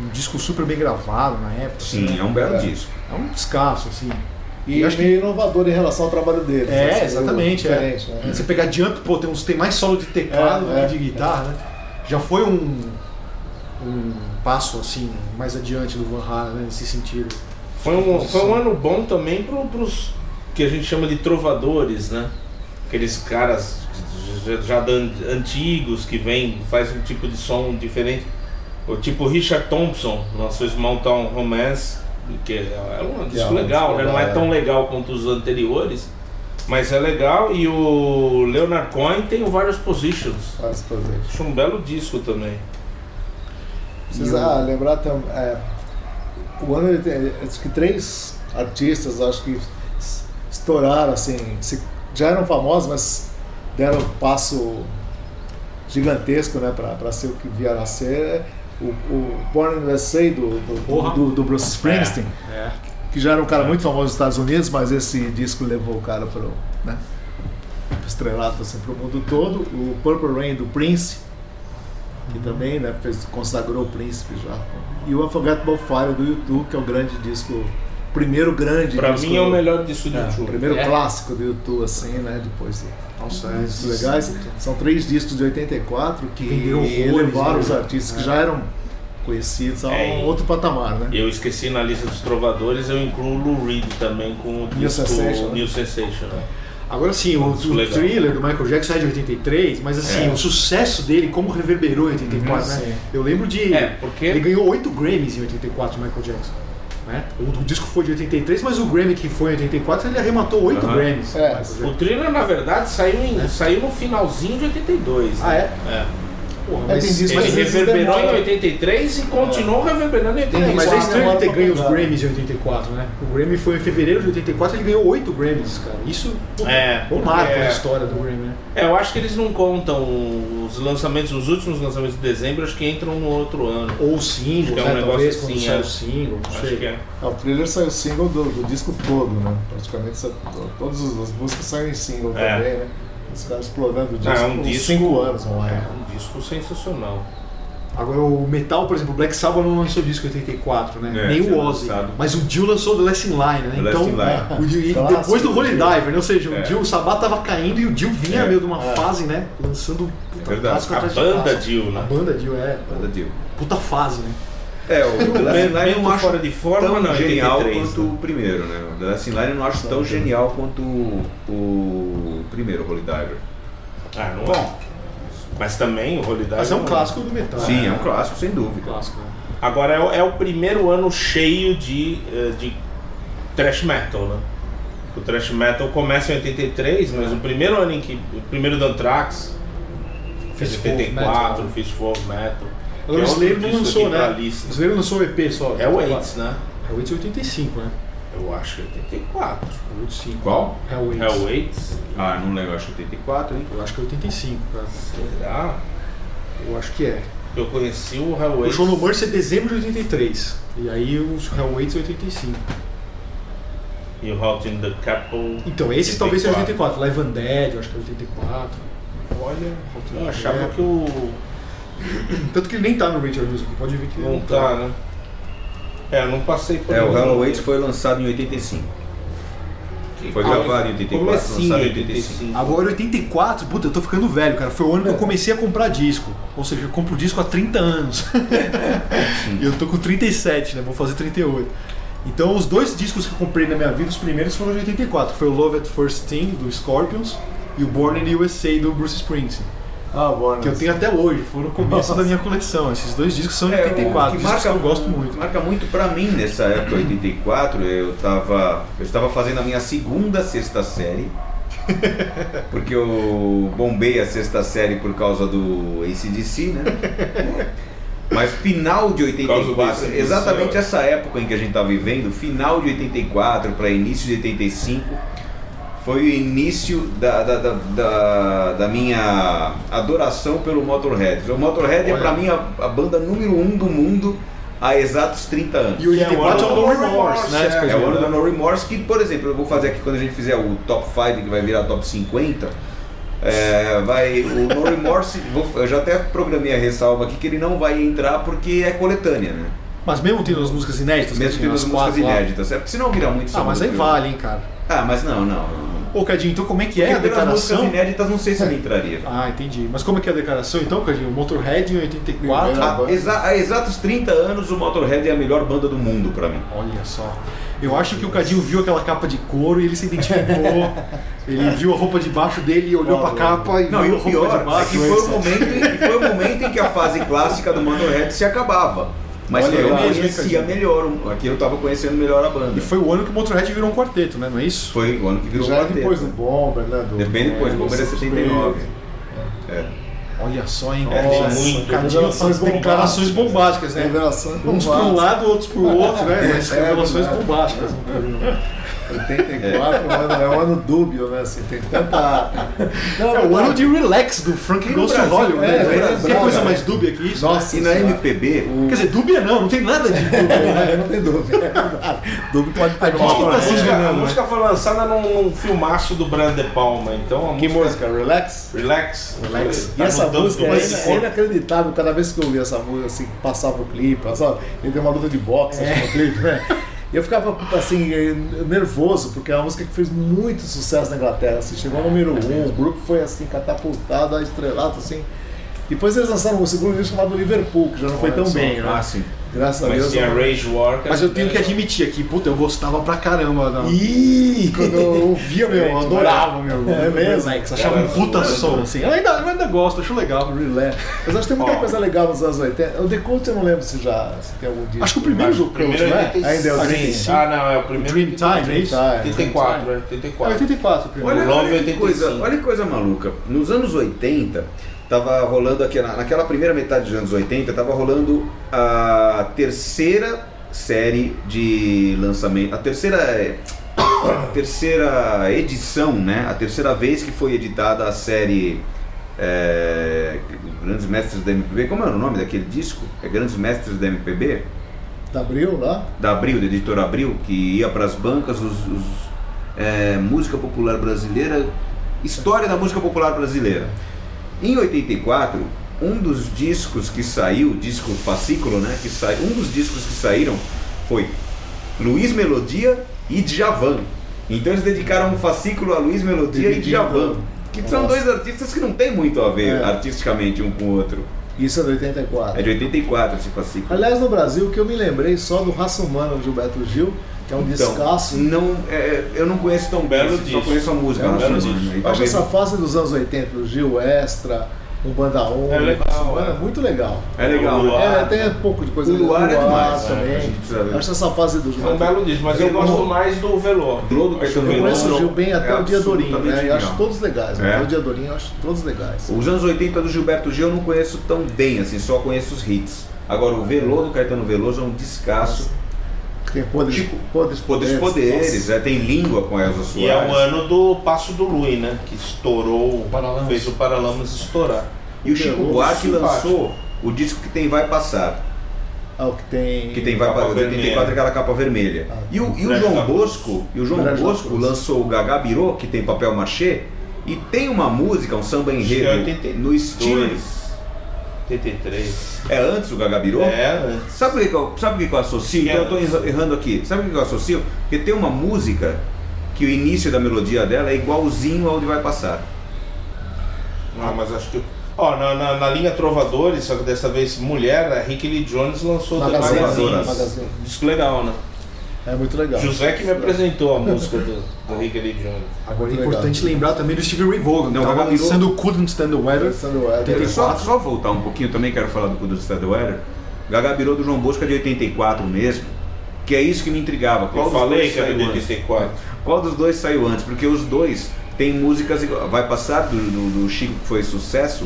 S2: um disco super bem gravado na época.
S1: Sim, é um belo
S3: É.
S1: disco.
S2: É um descasso, assim.
S3: E
S2: Eu acho
S3: acho meio inovador em relação ao trabalho deles. né?
S2: É,
S3: Assim,
S2: exatamente. É.
S3: Diferente, né?
S2: Você pegar Jump, pô, tem, uns, tem mais solo de teclado
S3: É,
S2: do que
S3: é,
S2: de guitarra, né? Já foi um, um passo, assim, mais adiante do Van Halen, né, nesse sentido.
S4: Foi um, foi um ano bom também pro, pros que a gente chama de trovadores, né? Aqueles caras já, já da- antigos que vêm, faz um tipo de som diferente. O tipo Richard Thompson, nosso Mountain Romance, que é um disco
S3: um
S4: legal,
S3: disco
S4: né? Não é
S3: legal,
S4: tão
S3: é.
S4: legal quanto os anteriores, mas é legal. E o Leonard Cohen tem o Various Positions.
S3: Vários presentes.
S4: Acho um belo disco também.
S3: Precisa ah, lembrar também. o ano ele tem- acho que três artistas acho que s- estouraram assim. se- já eram famosos, mas deram um passo gigantesco né, para ser o que vieram a ser. O, o Born in the USA do,
S2: Porra.
S3: do, do, do Bruce Springsteen,
S2: É.
S3: que já era um cara muito famoso nos Estados Unidos, mas esse disco levou o cara para né, pro estrelato assim, para o mundo todo. O Purple Rain do Prince, que
S4: Uhum.
S3: também né, fez, consagrou o Príncipe já. E o Unforgettable Fire do YouTube, que é o grande disco, primeiro grande
S4: Pra
S3: disco.
S4: mim é o melhor disco de
S3: É, o
S4: YouTube.
S3: primeiro
S2: É.
S3: clássico do YouTube, assim, né? Depois de
S2: Nossa, é
S3: discos legais. São três discos de 84 que
S2: Vendeu horrores,
S3: elevaram
S2: né?
S3: os artistas
S2: É.
S3: que já eram conhecidos a um
S4: É, e-
S3: outro patamar, né?
S4: Eu esqueci na lista dos trovadores, eu incluo o Lou Reed também com o disco New
S3: Sensation,
S4: Sensation.
S3: né?
S4: né?
S2: Agora sim, o,
S4: Disco
S2: o
S4: legal.
S2: thriller do Michael Jackson é de 83, mas assim,
S1: É.
S2: o sucesso dele, como reverberou em 84,
S3: Uhum,
S2: né?
S3: sim.
S2: Eu lembro de.
S4: É, porque-
S2: Ele ganhou 8 Grammys em 84, o Michael Jackson. Né? O, o disco foi de 83, mas o Grammy que foi em 84, ele arrematou 8
S1: Aham.
S2: Grammys.
S3: É.
S2: Michael Jackson.
S4: O Thriller, na verdade, saiu, em- saiu no finalzinho de 82.
S2: Ah, é?
S4: é?
S2: Porra,
S3: É,
S2: mas,
S3: tem disco
S4: Ele
S3: Mas eles
S4: reverberou em
S3: demoram.
S4: 83 e continuou reverberando em
S2: Não,
S4: 84.
S2: mas é estranho ele ter
S3: Demora pra
S2: ganho os
S3: pegar.
S2: Grammys em 84, né? O Grammy foi em fevereiro de 84 ele ganhou 8 Grammys, cara. Isso pô,
S4: É,
S2: um marco
S4: porque-
S2: na história do Grammy, né?
S4: É, eu acho que eles não contam os lançamentos, os últimos lançamentos de dezembro, acho que entram no outro ano.
S2: Ou singles,
S4: Acho que é um
S2: né?
S4: negócio
S2: Talvez quando
S4: assim,
S2: saiu
S4: é.
S2: o single, não
S4: Acho que
S2: sei.
S4: é.
S3: É, O thriller saiu single do, do disco todo, né? Praticamente sa- to- todas as músicas saíram em single
S4: É.
S3: também, né? Os caras explorando o disco
S4: Ah, é um
S3: por
S4: disco-
S3: cinco anos
S4: É
S3: online.
S4: um disco sensacional.
S2: Agora o Metal, por exemplo, o Black Sabbath não lançou disco em 84, né?
S1: É,
S2: Nem o
S1: tinha
S2: Ozzy.
S1: lançado.
S2: Mas o Dio lançou The Last in Line, né?
S1: The Last
S2: então,
S1: in Line.
S2: o Dio- e
S3: Clássico
S2: depois do
S3: do
S2: Holy
S3: Dio.
S2: Diver, né? Ou seja, o
S1: É.
S2: Dio, o Sabá tava caindo e o Dio vinha
S1: É.
S2: meio de uma
S3: É.
S2: fase, né? Lançando
S1: É
S2: puta
S1: verdade.
S2: clássico
S4: A
S2: atrás Tá, de
S4: banda
S2: clássico.
S4: Dio,
S2: A
S4: né?
S2: banda Dio, é.
S1: Nada de-
S2: Puta fase, né?
S1: É, o The Last Line eu não
S4: Mesmo
S1: acho
S4: fora de forma,
S1: tão
S4: não,
S1: genial
S4: 83,
S1: quanto o primeiro, né? O The Last Line eu não acho tão genial quanto o, o primeiro, Holy Diver.
S4: Ah, não é.
S1: Bom,
S4: Mas também o Holiday.
S2: Mas é um
S4: não-
S2: clássico do metal.
S1: Tá Sim,
S2: né?
S1: é um clássico, sem dúvida.
S2: clássico. né?
S4: Agora é, o- é o primeiro ano cheio de, eh, de thrash metal, né? O thrash metal começa em 83, mas o primeiro ano em que. O primeiro do Anthrax,
S1: É
S4: fez
S2: Fistful of
S4: 84,
S2: Metal.
S4: fiz Full of Metal.
S2: Agora o
S4: Tem
S2: Slayer
S4: outro
S2: não
S4: disco
S2: lançou,
S4: aqui pra
S2: né?
S4: lista.
S2: O Slayer lançou o EP só.
S4: É o AIDS, né?
S2: É o 85, né?
S4: Eu acho que é 84.
S2: É o 85.
S1: Qual?
S2: É o 8.
S4: É o AIDS?
S1: Ah, não lembro, acho que 84, hein?
S2: Eu acho que é 85, cara.
S4: Será?
S2: Eu acho que é.
S4: Eu conheci o Hell
S2: O
S4: AIDS.
S2: show no Mercy é dezembro de 83. E aí o Hell Waits é 85.
S4: E o Halt in the Capel.
S2: Então, esse talvez seja 84. Live and Dead, eu acho que é 84.
S4: Olha,
S2: Halt in
S4: eu
S2: the
S4: achava
S2: Capel.
S4: que o.
S2: Tanto que ele nem tá no Richard Music, pode ver que ele
S4: Não tá, né? É, eu não passei por.
S1: É, o
S4: nenhum.
S1: Halloween foi lançado em 85. Foi
S4: Ah,
S1: gravado em 84,
S4: Comecinho
S1: lançado
S4: em
S1: em 85.
S2: Agora 84, puta, eu tô ficando velho, cara. Foi o ano que eu comecei a comprar disco. Ou seja, eu compro disco há 30 anos. e eu tô com 37, né? Vou fazer 38. Então os dois discos que eu comprei na minha vida, os primeiros foram de 84. Foi o Love at First Thing, do Scorpions, e o Born in the USA, do Bruce Springsteen.
S3: Ah, bora.
S2: Que eu tenho até hoje, foram o começo da minha coleção. Esses dois discos são de
S1: É, o
S2: 84,
S1: que
S2: discos que eu gosto
S1: que
S2: muito.
S1: marca muito pra mim nessa época, 84, eu tava. Eu estava fazendo a minha segunda sexta série. Porque eu bombei a sexta série por causa do ACDC, né? Mas final de
S4: causa do
S1: 84,
S4: AC/DC,
S1: exatamente
S4: ó.
S1: essa época em que a gente tá vivendo, final de 84 para início de 85, foi o início da, da, da, da- da minha adoração pelo Motorhead. O Motorhead é
S2: Olha.
S1: pra mim a, a banda número um do mundo há exatos 30 anos.
S2: E o 84 é o No Remorse, né?
S4: É,
S1: É o ano
S2: Quer
S1: do
S2: dizer,
S1: No Remorse, que, por exemplo, eu vou fazer aqui quando a gente fizer o top 5, que vai virar top 50. é, vai, o No Remorse, vou- eu já até programei a ressalva aqui que ele não vai entrar porque é coletânea, né?
S2: Mas mesmo tendo as músicas inéditas,
S1: Mesmo
S2: que
S1: tendo as músicas
S2: quatro lá.
S1: inéditas, é porque senão vira muito
S2: Ah,
S1: samba
S2: mas
S1: do
S2: aí
S1: crioulo.
S2: vale, hein, cara.
S1: Ah, mas não, não. não.
S2: Ô, Cadinho, então como é que é a
S1: Porque pelas músicas
S2: declaração?
S1: inéditas não sei se ele entraria.
S2: Ah, entendi. Mas como é que é a declaração então, Cadinho? O Motorhead em 84.
S3: Primeiro.
S1: Há, exa- há exatos 30 anos o Motorhead é a melhor banda do mundo pra mim.
S2: Olha só. Eu acho que o Cadinho viu aquela capa de couro e ele se identificou. ele viu a roupa de baixo dele e olhou pra
S3: Olha.
S2: capa e
S1: Não, e
S2: viu a
S1: o pior
S2: roupa de né?
S1: é
S2: baixo.
S1: que foi o, momento em, foi o momento em que a fase clássica do Motorhead se acabava. Mas
S2: Olha
S1: eu
S2: lá,
S1: conhecia
S2: hein, Cadinho?
S1: melhor, aqui eu tava conhecendo melhor a banda.
S2: E foi o ano que o Motorhead virou um quarteto, né? Não é isso?
S1: Foi o ano que virou
S3: Já é
S1: quarteto.
S3: depois do Bomber, né? Do,
S1: Depende depois,
S3: do-
S1: o Bomber é
S3: do-
S1: 79. É.
S2: Olha só, hein?
S4: É,
S2: Nossa,
S4: tem muito.
S2: Cadinho faz
S3: Revelações
S2: declarações bombásticas,
S1: É
S2: né?
S3: Revelações
S2: Uns pra um
S3: bombásticas.
S2: lado, outros pro outro, né? Mas
S3: É,
S2: revelações
S3: verdade.
S2: bombásticas.
S3: 84 é. um ano- é um ano dúbio, né? Assim, tem tanta. Não,
S2: É o ano de relax do Frank
S1: E no
S2: Ghost
S1: Brasil,
S2: Hollywood,
S3: é,
S2: né?
S3: no
S2: Tem
S3: Brasil,
S2: coisa
S3: cara.
S2: mais dúbia que isso? né?
S3: Nossa,
S1: E na
S3: senhora.
S1: MPB, o-
S2: Quer dizer, dúbia não, não tem nada de dúbia.
S3: É, não tem dúvida. dúbio pode estar
S2: Quem que
S4: Bom,
S2: tá
S4: a,
S2: se
S4: música,
S2: enganando,
S4: a
S2: né?
S4: música foi lançada num, num filmaço do Brand De Palma, então a
S3: Que
S4: música.
S3: música? Relax?
S4: Relax.
S3: Relax. E
S4: Tá
S3: essa
S4: mudando
S3: música
S4: do
S3: é,
S4: Brasil.
S3: é inacreditável. Cada vez que eu ouvia essa música, assim, que passava o clipe, passava, ele tem uma luta de boxe acho que no clipe, né? Eu ficava, assim, eh, nervoso, porque é uma música que fez muito sucesso na Inglaterra. Assim, chegou ao número um, o grupo foi, assim, catapultado, a estrelado, assim. Depois eles lançaram um segundo disco chamado Liverpool, que já não foi
S2: Olha
S3: tão
S2: só.
S3: bem, né?
S1: Ah, sim.
S3: Graças a
S4: Mas
S3: Deus.
S4: tinha
S3: não-
S4: Rage War.
S2: Mas eu tenho que é admitir aqui, puta, eu gostava pra caramba da.
S3: Ih, quando eu ouvia, meu,
S1: né?
S3: eu adorava.
S2: meu.
S3: É mesmo?
S2: Relax, achava um puta som, assim. Eu ainda, eu ainda gosto, acho legal.
S3: Relax. Mas acho que tem muita coisa legal nos anos 80. O The Cult eu não lembro se já se tem algum disco.
S2: Acho que o primeiro jogo que eu
S4: Primeiro
S2: gosto, né?
S4: é
S3: Ainda é o
S4: 85. Ah, não, é o primeiro.
S2: Dream Time, é isso?
S3: Tá, é.
S4: 84, é
S2: É
S4: 84.
S2: 84 o primeiro.
S1: Olha,
S4: Love
S1: olha, que
S4: 85.
S1: coisa, olha que coisa maluca. Nos anos 80, tava rolando aqui, na- naquela primeira metade dos anos 80, tava rolando a terceira série de lançamento. A terceira. é, A terceira edição, né? A terceira vez que foi editada a série. é, Grandes Mestres da MPB, como era o nome daquele disco? É Grandes Mestres da MPB?
S3: Da Abril lá?
S1: da Abril, da editora Abril, que ia para as bancas, os, os, é, música popular brasileira, história da música popular brasileira. Em 84, um dos discos que saiu, disco fascículo, né, que sai, um dos discos que saíram foi Luiz Melodia e Djavan. Então eles dedicaram um fascículo a Luiz Melodia e
S3: Dividido.
S1: Djavan, que são
S3: Nossa.
S1: dois artistas que não tem muito a ver
S3: É.
S1: artisticamente um com o outro.
S3: Isso é de
S1: É
S3: 84.
S1: de 84 esse fascículo.
S3: Aliás, no Brasil, que eu me lembrei só do Raça Humana do Gilberto Gil, que é um
S1: Então,
S3: descasso.
S1: Não, é, eu não conheço tão belo
S4: Esse
S1: Só
S4: disco.
S1: conheço a música.
S4: É um
S1: né?
S4: belo
S1: Sim, né?
S4: disco.
S1: E
S3: Acho que
S1: talvez-
S3: essa fase dos anos 80, do Gil Extra, um banda onda,
S4: É legal,
S3: uma-
S4: é.
S3: muito legal.
S1: É legal,
S4: O
S1: né?
S4: Luar.
S3: É, tem um pouco de coisa
S1: O Luar é demais,
S3: também.
S1: é, a gente precisa ver.
S3: Acho essa fase do
S4: É um belo disco, mas eu gosto mais do Velor.
S1: Globo do
S4: Acho que é o
S1: Caetano
S3: Eu
S4: Velor
S1: Veloso.
S3: conheço o Gil bem até
S1: É
S3: o Dia Dorinho, né?
S1: absolutamente
S3: Eu acho
S1: genial.
S3: todos legais.
S1: É.
S3: Até o Dia Dorinho eu acho todos legais.
S1: Os anos 80 do Gilberto Gil eu não conheço tão bem, assim, só conheço os hits. Agora, o Velô do Caetano Veloso é um descasso.
S3: Tem Podres,
S1: Tipo,
S3: podres,
S1: Poderes, poderes, é, tem língua com Elza Soares.
S4: E é o ano do Passo do Lui, né? Que estourou,
S2: Paralamas.
S4: fez o Paralamas estourar.
S1: E o Chico
S3: Veloso,
S1: Buarque
S4: simpático.
S1: lançou o disco que tem Vai Passar,
S3: Ah, o que tem.
S1: que tem Vai
S4: Capa
S1: Passar, 84,
S4: vermelha. Né,
S1: aquela capa vermelha.
S3: Ah.
S1: E o, e o
S4: Brejo da
S1: João
S4: Cruz.
S1: Bosco, e o João
S3: Brejo da
S1: Bosco
S3: Cruz.
S1: lançou o Gagá Birô, que tem papel machê, e tem uma música, um samba enredo,
S4: 82.
S1: no estilo...
S4: 83.
S1: É antes o Gagá Birô?
S4: É, antes.
S1: Sabe o que, eu- sabe o que eu associo?
S4: É.
S1: Eu estou errando aqui. Sabe o que eu associo? Porque tem uma música que o início da melodia dela é igualzinho ao de Vai Passar.
S4: Ah, mas acho que. Ó, na, na, na linha Trovadores, só que dessa vez mulher, a Ricky Lee Jones lançou The
S3: Magazine,
S4: Magazine.
S3: Magazine.
S4: Disco legal, né?
S2: Então.
S3: É muito legal.
S4: José que me apresentou a música do, do Ricky Lee Jones.
S2: Agora é
S3: Muito
S2: importante lembrar também do Steve Ray Vaughan, que
S1: Não,
S2: tava
S1: Vaughan virou-
S2: lançando o Couldn't Stand the Weather.
S3: Alexander Werther.
S1: Eu Só,
S2: 84.
S1: só voltar um pouquinho, também quero falar do Kudu Stadeweather. Gaga Birô do João Bosco é de 84 mesmo, que é isso que me intrigava. Qual
S4: Eu
S1: dos
S4: falei
S1: dois
S4: que é era
S1: saiu
S4: de
S1: antes?
S4: 84.
S1: Qual dos dois saiu antes? Porque os dois têm músicas igual. Vai passar do, do- do Chico que foi sucesso,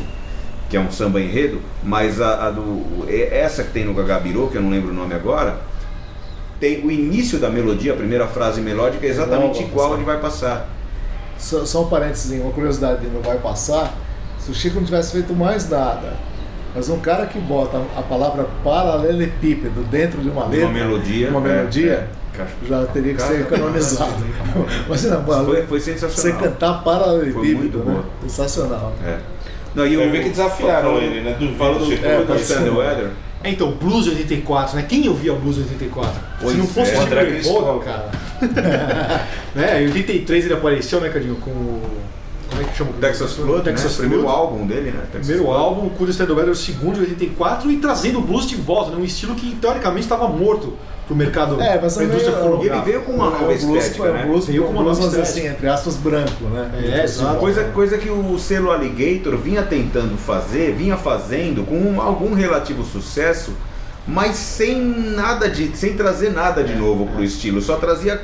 S1: que é um samba enredo, mas a, a do. e- Essa que tem no Gagabirô, que eu não lembro o nome agora, tem o início da melodia, a primeira frase melódica, é exatamente
S3: Igual,
S1: igual
S3: vai
S1: onde vai passar.
S3: Só, só um parênteses, uma curiosidade não vai passar. Se o Chico não tivesse feito mais nada, mas um cara que bota a palavra paralelepípedo dentro de uma letra,
S1: uma melodia.
S3: uma
S1: é,
S3: melodia,
S1: é, acho que-
S3: já teria que ser
S1: Cara, tá né?
S3: canonizado. Imagina,
S1: Foi,
S3: mano,
S1: foi
S3: você
S1: sensacional.
S3: cantar
S1: Foi muito
S3: paralelepípedo, né?
S1: boa.
S3: Sensacional.
S1: É. Não, e
S4: Eu
S1: o-
S4: vi que desafiaram
S1: falando-
S4: ele, né? Do,
S1: Falando do
S4: Chico
S3: é,
S1: Kudu
S3: pode ser.
S1: Stadeweather,
S2: É, então, Blues 84, né? Quem ouvia Blues 84?
S1: Pois
S2: Se não fosse
S1: é.
S2: o Steve
S4: André
S2: Ray
S4: Cristóvão,
S2: Vaughan, cara. né? Em 83 ele apareceu, né, Cadinho? Com o. Como é que chama?
S1: Texas Flood,
S2: Texas
S1: né? primeiro
S2: Flood.
S1: álbum dele, né? Texas
S2: Primeiro
S1: Flood.
S2: álbum, o Cool Stand Weather, o segundo de 84 e trazendo o blues de volta, né? um estilo que teoricamente estava morto pro mercado,
S3: É, mas
S2: pra
S3: também
S2: indústria
S3: é-
S1: E ele
S2: fonográfica.
S1: veio com uma
S3: É
S1: nova
S3: um blues,
S1: estética,
S3: é
S1: né?
S3: um blues,
S2: Veio com uma
S3: um blues, vamos
S2: nova
S3: dizer
S2: estética.
S3: assim, entre aspas, branco, né?
S2: É,
S3: Entre aspas,
S2: exato.
S3: branco.
S1: Coisa, coisa que o selo Alligator vinha tentando fazer, vinha fazendo com um- algum relativo sucesso, mas sem nada de, sem trazer nada
S2: É,
S1: de novo pro estilo. Só trazia,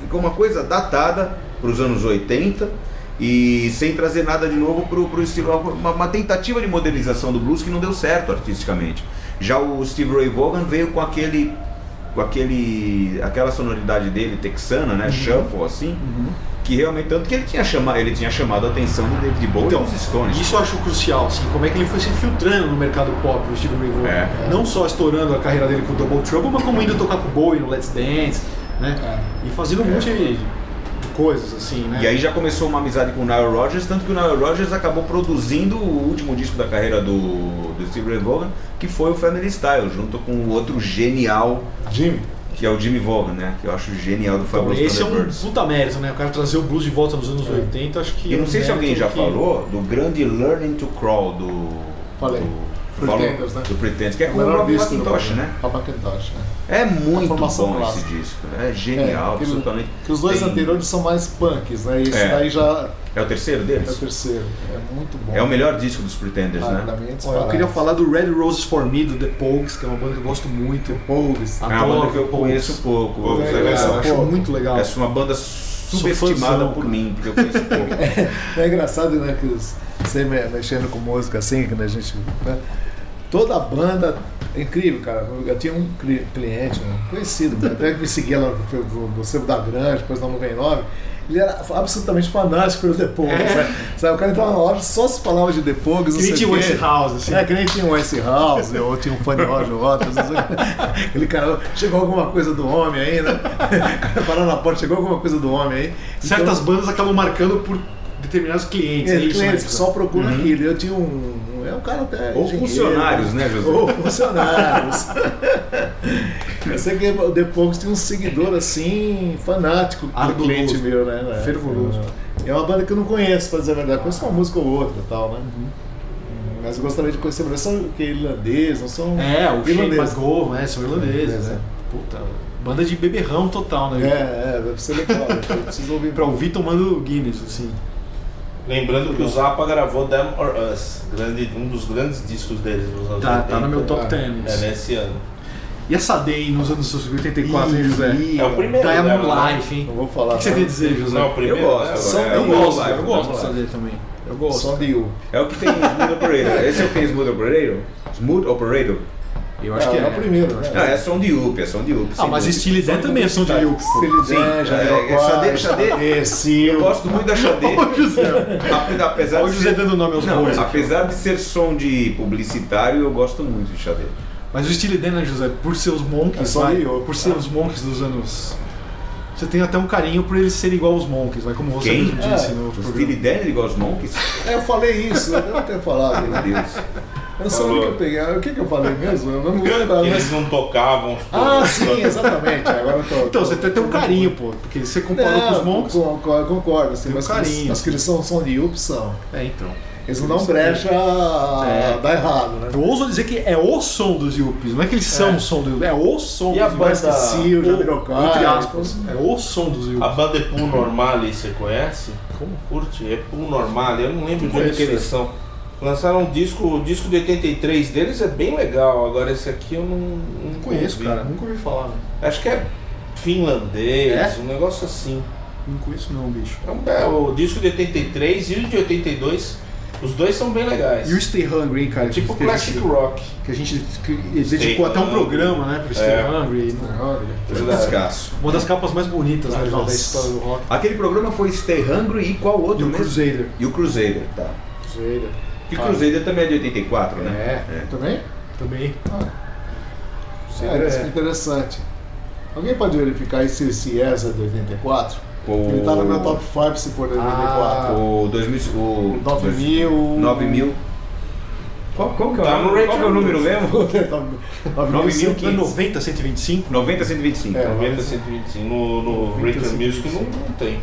S1: ficou uma coisa datada para os anos 80 e sem trazer nada de novo pro, pro estilo. Uma, uma tentativa de modernização do blues que não deu certo artisticamente. Já o Steve Ray Vaughan veio com aquele, com aquele, aquela sonoridade dele texana,
S2: Uhum.
S1: né, shuffle assim que realmente tanto que ele tinha chamado, ele tinha chamado a atenção do David Bowie
S2: Então,
S1: e dos Stones.
S2: Isso eu acho crucial, assim, como é que ele foi se filtrando no mercado pop, o Steve Ray Vaughan.
S1: É.
S2: Não só estourando a carreira dele com o Double Trouble, mas como indo tocar com o Bowie no Let's Dance, né? E fazendo um monte de de coisas, assim, né?
S1: É. E aí já começou uma amizade com o Nile Rodgers, tanto que o Nile Rodgers acabou produzindo o último disco da carreira do, do Steve Ray Vaughan, que foi o Family Style, junto com o outro genial,
S3: Jimmy.
S1: que é o Jimmy Vaughan, né? Que eu acho genial do
S2: Então,
S1: Fabulous
S2: esse é um
S1: Thunderbirds.
S2: puta mérito, né? O cara trazer o blues de volta nos anos 80, acho que.
S1: E
S2: é
S1: não
S2: um
S1: sei se alguém
S2: mérito
S1: já
S2: que-
S1: falou do grande Learning to Crawl do...
S3: Falei.
S1: Do,
S3: Pretenders,
S1: falou-
S3: né?
S1: do Pretenders, que é
S3: O
S1: com o
S3: melhor
S1: Rob
S3: disco do
S1: McIntosh,
S3: Bowie,
S1: né?
S3: Rob McIntosh, né?
S1: É muito bom
S3: formação
S1: esse
S3: clássica.
S1: disco, é genial,
S3: É, aquele-
S1: absolutamente.
S3: Que os dois
S1: Tem-
S3: anteriores são mais punks, né? E esse
S1: É.
S3: daí já
S1: É o terceiro
S3: é o
S1: deles?
S3: terceiro. É muito bom.
S1: É o melhor disco dos Pretenders,
S3: Ah, pra
S1: né?
S3: mim é
S2: Ó, eu
S3: disparado.
S2: queria falar do Red Roses for Me, do The Pogues, que é uma banda que eu gosto muito.
S3: Pogues.
S1: É uma banda que eu
S2: Adoro.
S1: conheço pouco.
S4: Pouco,
S1: é
S4: é
S1: legal.
S2: Eu
S4: legal.
S2: acho
S3: Pô.
S2: muito legal.
S1: Essa é uma banda subestimada
S2: fãzão,
S1: por
S2: cara.
S1: mim, porque eu conheço pouco.
S3: É engraçado, né? Que os- você me- mexendo com música assim, que né, a gente. né, Toda a banda. é Incrível, cara. Eu tinha um cli- cliente, um conhecido, meu, até que me seguia lá no, no, no Cerro da Grande, depois na 99. Ele era absolutamente fanático pelo The Pogues,
S1: É.
S3: né? Sabe, o cara entrava na loja só se falava de The Pogues, não
S2: Que nem
S3: sei
S2: tinha
S3: o quê.
S2: Westhouse, assim.
S3: É, que nem tinha um S House, ou tinha um Fanny Roger Waters. não sei o quê. Ele, cara, chegou alguma coisa do homem aí, né? O cara parou na porta, chegou alguma coisa do homem aí. Então,
S2: Certas bandas acabam marcando por determinados clientes.
S3: É,
S2: é isso,
S3: clientes
S2: né?
S3: que só procuram aquilo. Eu tinha um. É um cara até.
S1: Ou
S3: engenheiro.
S1: funcionários, né, José?
S3: Ou funcionários. eu sei que o The Pogues tinha um seguidor assim, fanático, do
S2: Ardoroso.
S3: cliente meu, né?
S2: Fervoroso.
S3: É uma banda que eu não conheço, pra dizer a verdade. Conheço uma música ou outra e tal, né?
S2: Uhum.
S3: Mas eu gostaria de conhecer, mas são o que? Irlandês, não um são.
S2: É, o Shane
S3: irlandês.
S2: McGow, né? São irlandeses,
S3: Irlandês,
S2: né? Puta, banda de beberrão total,
S3: É,
S2: né?
S3: é, deve ser legal. né? Eu preciso ouvir
S2: Pra ouvir tomando Guinness, assim.
S4: Lembrando que o Zappa gravou Them or Us, grande, um dos grandes discos deles nos anos
S2: Tá, tá no meu
S4: 80.
S2: top 10.
S4: É nesse ano.
S2: E essa Day nos anos 84, hein, José?
S4: É o primeiro.
S2: Diamond
S4: né?
S2: Life, hein?
S3: Não
S2: O
S3: vou falar.
S2: que você tem a dizer, José?
S4: Não, o primeiro.
S1: Eu gosto,
S4: né?
S1: são-
S4: É,
S1: eu
S4: o-
S1: gosto, eu
S2: de
S1: gosto.
S2: essa Day também. Eu
S3: Som
S2: gosto.
S3: de U.
S1: É o que tem Smooth Operator. Esse é o que tem Smooth Operator? Smooth Operator?
S2: Eu acho que
S3: é
S2: é.
S3: o primeiro. né?
S1: Não, é som de loop, é som de loop.
S2: Ah,
S1: sem
S2: mas
S1: dúvida.
S2: Steely Dan também é som de Luke.
S3: Feliz
S1: Sim,
S3: Dan,
S1: é,
S3: Jamiroquai,
S1: é, Xadê- Xadê-
S3: Esse,
S1: Eu gosto muito da Xadê,
S2: Ô, José.
S1: ape- apesar
S2: Ô,
S1: de
S2: José
S1: ser...
S2: dando nome aos
S1: Não,
S2: bois. aqui.
S1: apesar de ser som de publicitário, eu gosto muito de Xadê.
S2: Mas o Steely Dan, né, José, por seus
S3: É
S2: monks,
S3: só
S2: vai,
S3: Rio.
S2: por ser os monks dos anos... Você tem até um carinho por ele ser igual aos monks, vai, como você
S1: Quem?
S2: mesmo disse
S3: É,
S2: no
S1: O
S2: programa.
S1: Steely Dan, ele gosta dos Monkeys?
S3: É, eu falei isso, eu devo ter falado. né?
S1: Meu Deus.
S3: Eu não sei onde que eu peguei. O que, que eu falei mesmo? Eu não me lembro.
S4: que
S3: Mas...
S4: Eles não tocavam.
S3: Ah, sim, exatamente. Agora eu tô. É,
S2: Então, você até tem um carinho, pô, porque você comparou com os monks...
S3: con- con- concordo, assim,
S2: Tem um
S3: mas,
S2: carinho.
S3: mas que eles são som de up são.
S2: É, então.
S3: Eles não dão brecha a
S2: É.
S3: dar errado, né?
S2: Eu ouso dizer que é o som dos Yuppies, não é que eles são o som do Yuppies, é o som
S4: E
S2: dos
S4: a
S2: Yuppies.
S4: banda- Ah,
S3: Mas que sim, o Jamiroquai.
S2: Entre aspas, é o som dos
S4: A
S2: Yuppies.
S4: banda Epu Normale, você conhece?
S2: Como?
S4: Curte? Epu Normale, eu não lembro de
S3: Conheço,
S4: onde que eles são. Lançaram um disco, o disco de 83 deles é bem legal, agora esse aqui eu não, não ouvi.
S2: nunca ouvi falar. né?
S4: Acho que é finlandês,
S2: É?
S4: um negócio assim.
S2: Não conheço não, bicho.
S4: É um belo- o disco de 83 e o de 82, os dois são bem legais.
S2: E o Stay Hungry, hein, cara?
S4: tipo
S2: que a
S4: classic
S2: gente-
S4: rock.
S2: Que a gente que dedicou até um
S4: Hungry.
S2: programa, né, pro Stay
S4: É.
S2: Hungry. né?
S1: Descasso.
S2: Uma das capas mais bonitas né, da
S3: Nossa.
S2: história do rock.
S1: Aquele programa foi Stay Hungry e qual outro
S2: Do
S1: mesmo?
S2: Crusader.
S1: E o Crusader, tá.
S2: Crusader.
S1: Que
S3: Ah.
S1: o Crusader também é de 84, né?
S3: É. Também?
S2: Também.
S3: Ah, isso é interessante. Alguém pode verificar esse CES é de 84?
S1: O-
S3: Ele tá no meu top 5 se for de 84.
S1: O 2000... O
S3: 9000.
S1: 9000. Qual, qual que é o
S4: Tá no
S1: número? Qual que é o
S4: Rachel
S1: número mesmo?
S2: é
S3: 9500.
S2: né,
S1: 1500.
S2: 90, 125.
S1: 90 125.
S3: É.
S4: 90 125 no, no
S3: 90,
S4: Rachel Music não,
S3: 125.
S4: não tem.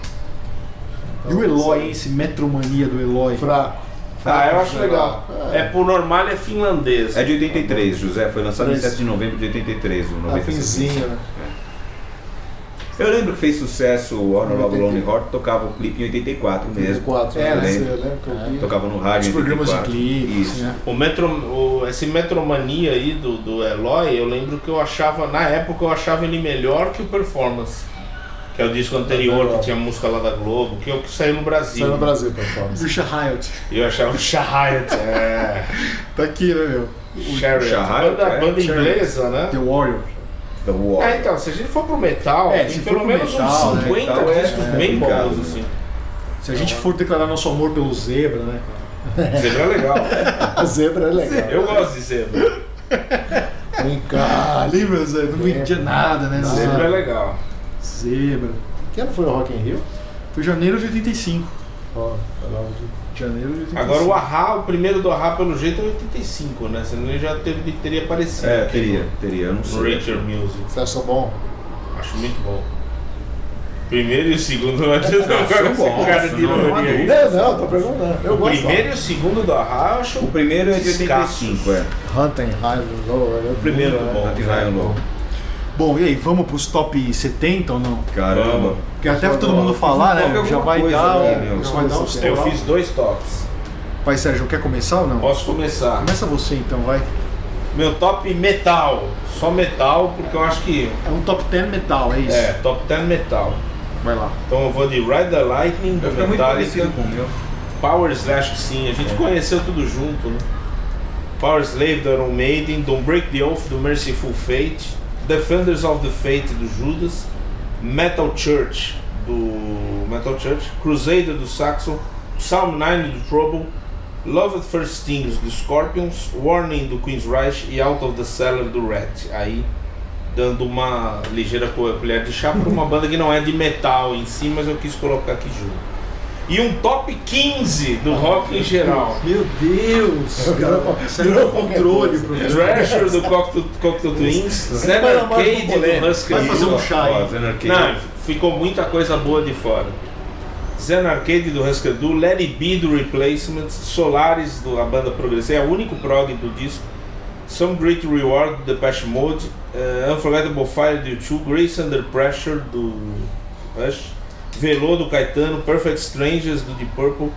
S2: E o Eloy, hein, esse Metromania do Eloy.
S3: Fraco.
S4: Ah, eu acho legal.
S3: É.
S2: Ah.
S4: É, por normal é finlandês.
S1: Tá. É de 83, José. Foi lançado em
S3: Três.
S1: 7 de novembro de 83. O 90
S3: Afinzinho, né?
S1: Eu lembro que fez sucesso o Honorable
S3: 83.
S1: Lonely Heart. Tocava o clipe em 84 mesmo.
S3: 84,
S2: É,
S3: né?
S1: né?
S3: Você lembra que eu vi?
S1: Tocava no rádio
S2: Os
S1: em
S2: programas de
S1: 84.
S2: clipes,
S1: Isso.
S2: né?
S4: O metro, o- esse Metromania aí do, do Eloy, eu lembro que eu achava, na época eu achava ele melhor que o Performance, que é o disco anterior, que tinha música lá da Globo, que é o que saiu no Brasil.
S3: Saiu no Brasil, performance.
S2: Bruxa Riot.
S4: Eu achava o Chariot, é.
S2: Tá aqui, né, meu?
S4: Chariot.
S1: Chariot,
S4: Banda,
S1: é.
S4: banda
S2: Chariot.
S4: inglesa, né?
S2: The Warrior.
S1: The Wall.
S4: É, então, se a gente for pro metal,
S2: É, se
S4: tem
S2: for
S4: pelo
S2: pro
S4: menos
S2: metal,
S4: uns
S2: né,
S4: 50
S1: tal, é,
S4: discos
S1: é
S4: bem
S1: complicado,
S4: bons,
S1: né?
S4: assim.
S2: Se a gente for declarar nosso amor pelo Zebra, né?
S4: Zebra é legal.
S3: A zebra é legal.
S4: Eu gosto de Zebra.
S3: O encalhe.
S2: Ali, meu Zé, não entendia nada, né?
S4: Zebra é legal.
S2: Zebra.
S3: Que ano foi o Rock in Rio?
S2: Foi janeiro de 85.
S3: Ó, falava de-
S2: Janeiro de 85.
S4: Agora o Ahá, o primeiro do Ahá, pelo jeito, é 85, né? Senão ele já teve, teria aparecido.
S1: É, teria, teria, eu não
S4: No
S1: sei.
S4: Rachel Music.
S3: Você achou bom?
S4: Acho muito bom. Primeiro e o segundo, mas eu não
S1: Acho
S4: gosto
S1: bom,
S4: desse cara
S1: acho
S4: de
S1: não,
S4: ironia aí.
S3: Não, não, tô perguntando. Eu
S4: O
S3: gosto.
S4: É primeiro e o segundo do Ahá, eu acho
S1: O primeiro é de
S4: escasso.
S1: 85, é.
S3: Huntenheim, Low, é o
S4: primeiro
S3: né?
S4: do bom.
S1: Not in High and Low.
S2: Bom, e aí, vamos pros top 70 ou não?
S1: Caramba.
S2: Porque até
S3: Vamos.
S2: todo mundo falar,
S1: Vamos
S2: né?
S1: colocar
S2: Já
S1: alguma
S2: vai
S1: coisa
S2: dar.
S1: aí,
S2: um-
S1: meu.
S2: já vai dar um
S4: Eu
S2: estourado.
S4: fiz dois tops.
S2: Vai, Sérgio, quer começar ou não?
S4: Posso começar.
S2: Começa você então, vai.
S4: Meu top metal. Só metal, porque eu acho que.
S2: É um top 10 metal, é isso?
S4: É, top 10 metal.
S2: Vai lá.
S4: Então eu vou de Ride the Lightning, do
S1: Eu fiquei muito
S4: Metallica,
S1: parecido com o meu.
S4: Power Slash, que sim, a gente conheceu tudo junto, né? Power Slave do Iron Maiden, Don't Break the Oath do Merciful Fate, Defenders of the Fate do Judas, Metal Church do Metal Church, Crusader do Saxon, Psalm 9 do Trouble, Love at First Stings do Scorpions, Warning do Queen's Reich e Out of the Cellar do Rat. Aí dando uma ligeira co- colher de chá para uma banda que não é de metal em si, mas eu quis colocar aqui junto. E um top 15 do rock em geral.
S2: Meu Deus! cara, Saiu do
S3: virou
S2: controle, professor.
S4: Thrasher do Cocteau Cocteau Twins, Zen
S3: Vai lá, mais um
S4: Arcade do
S3: polêmico.
S4: Husker
S2: Vai fazer um
S4: Du.
S2: chá aí.
S1: Ó, Zen Arcade.
S4: Não, ficou muita coisa boa de fora. Zen Arcade do Husker Du, Let It Be do Replacements, Solaris do a banda Progressive, é o único prog do disco. Some Great Reward do Depeche Mode, eh, Unforgettable Fire do U2, Grace Under Pressure do Rush, Velô do Caetano, Perfect Strangers do Deep Purple,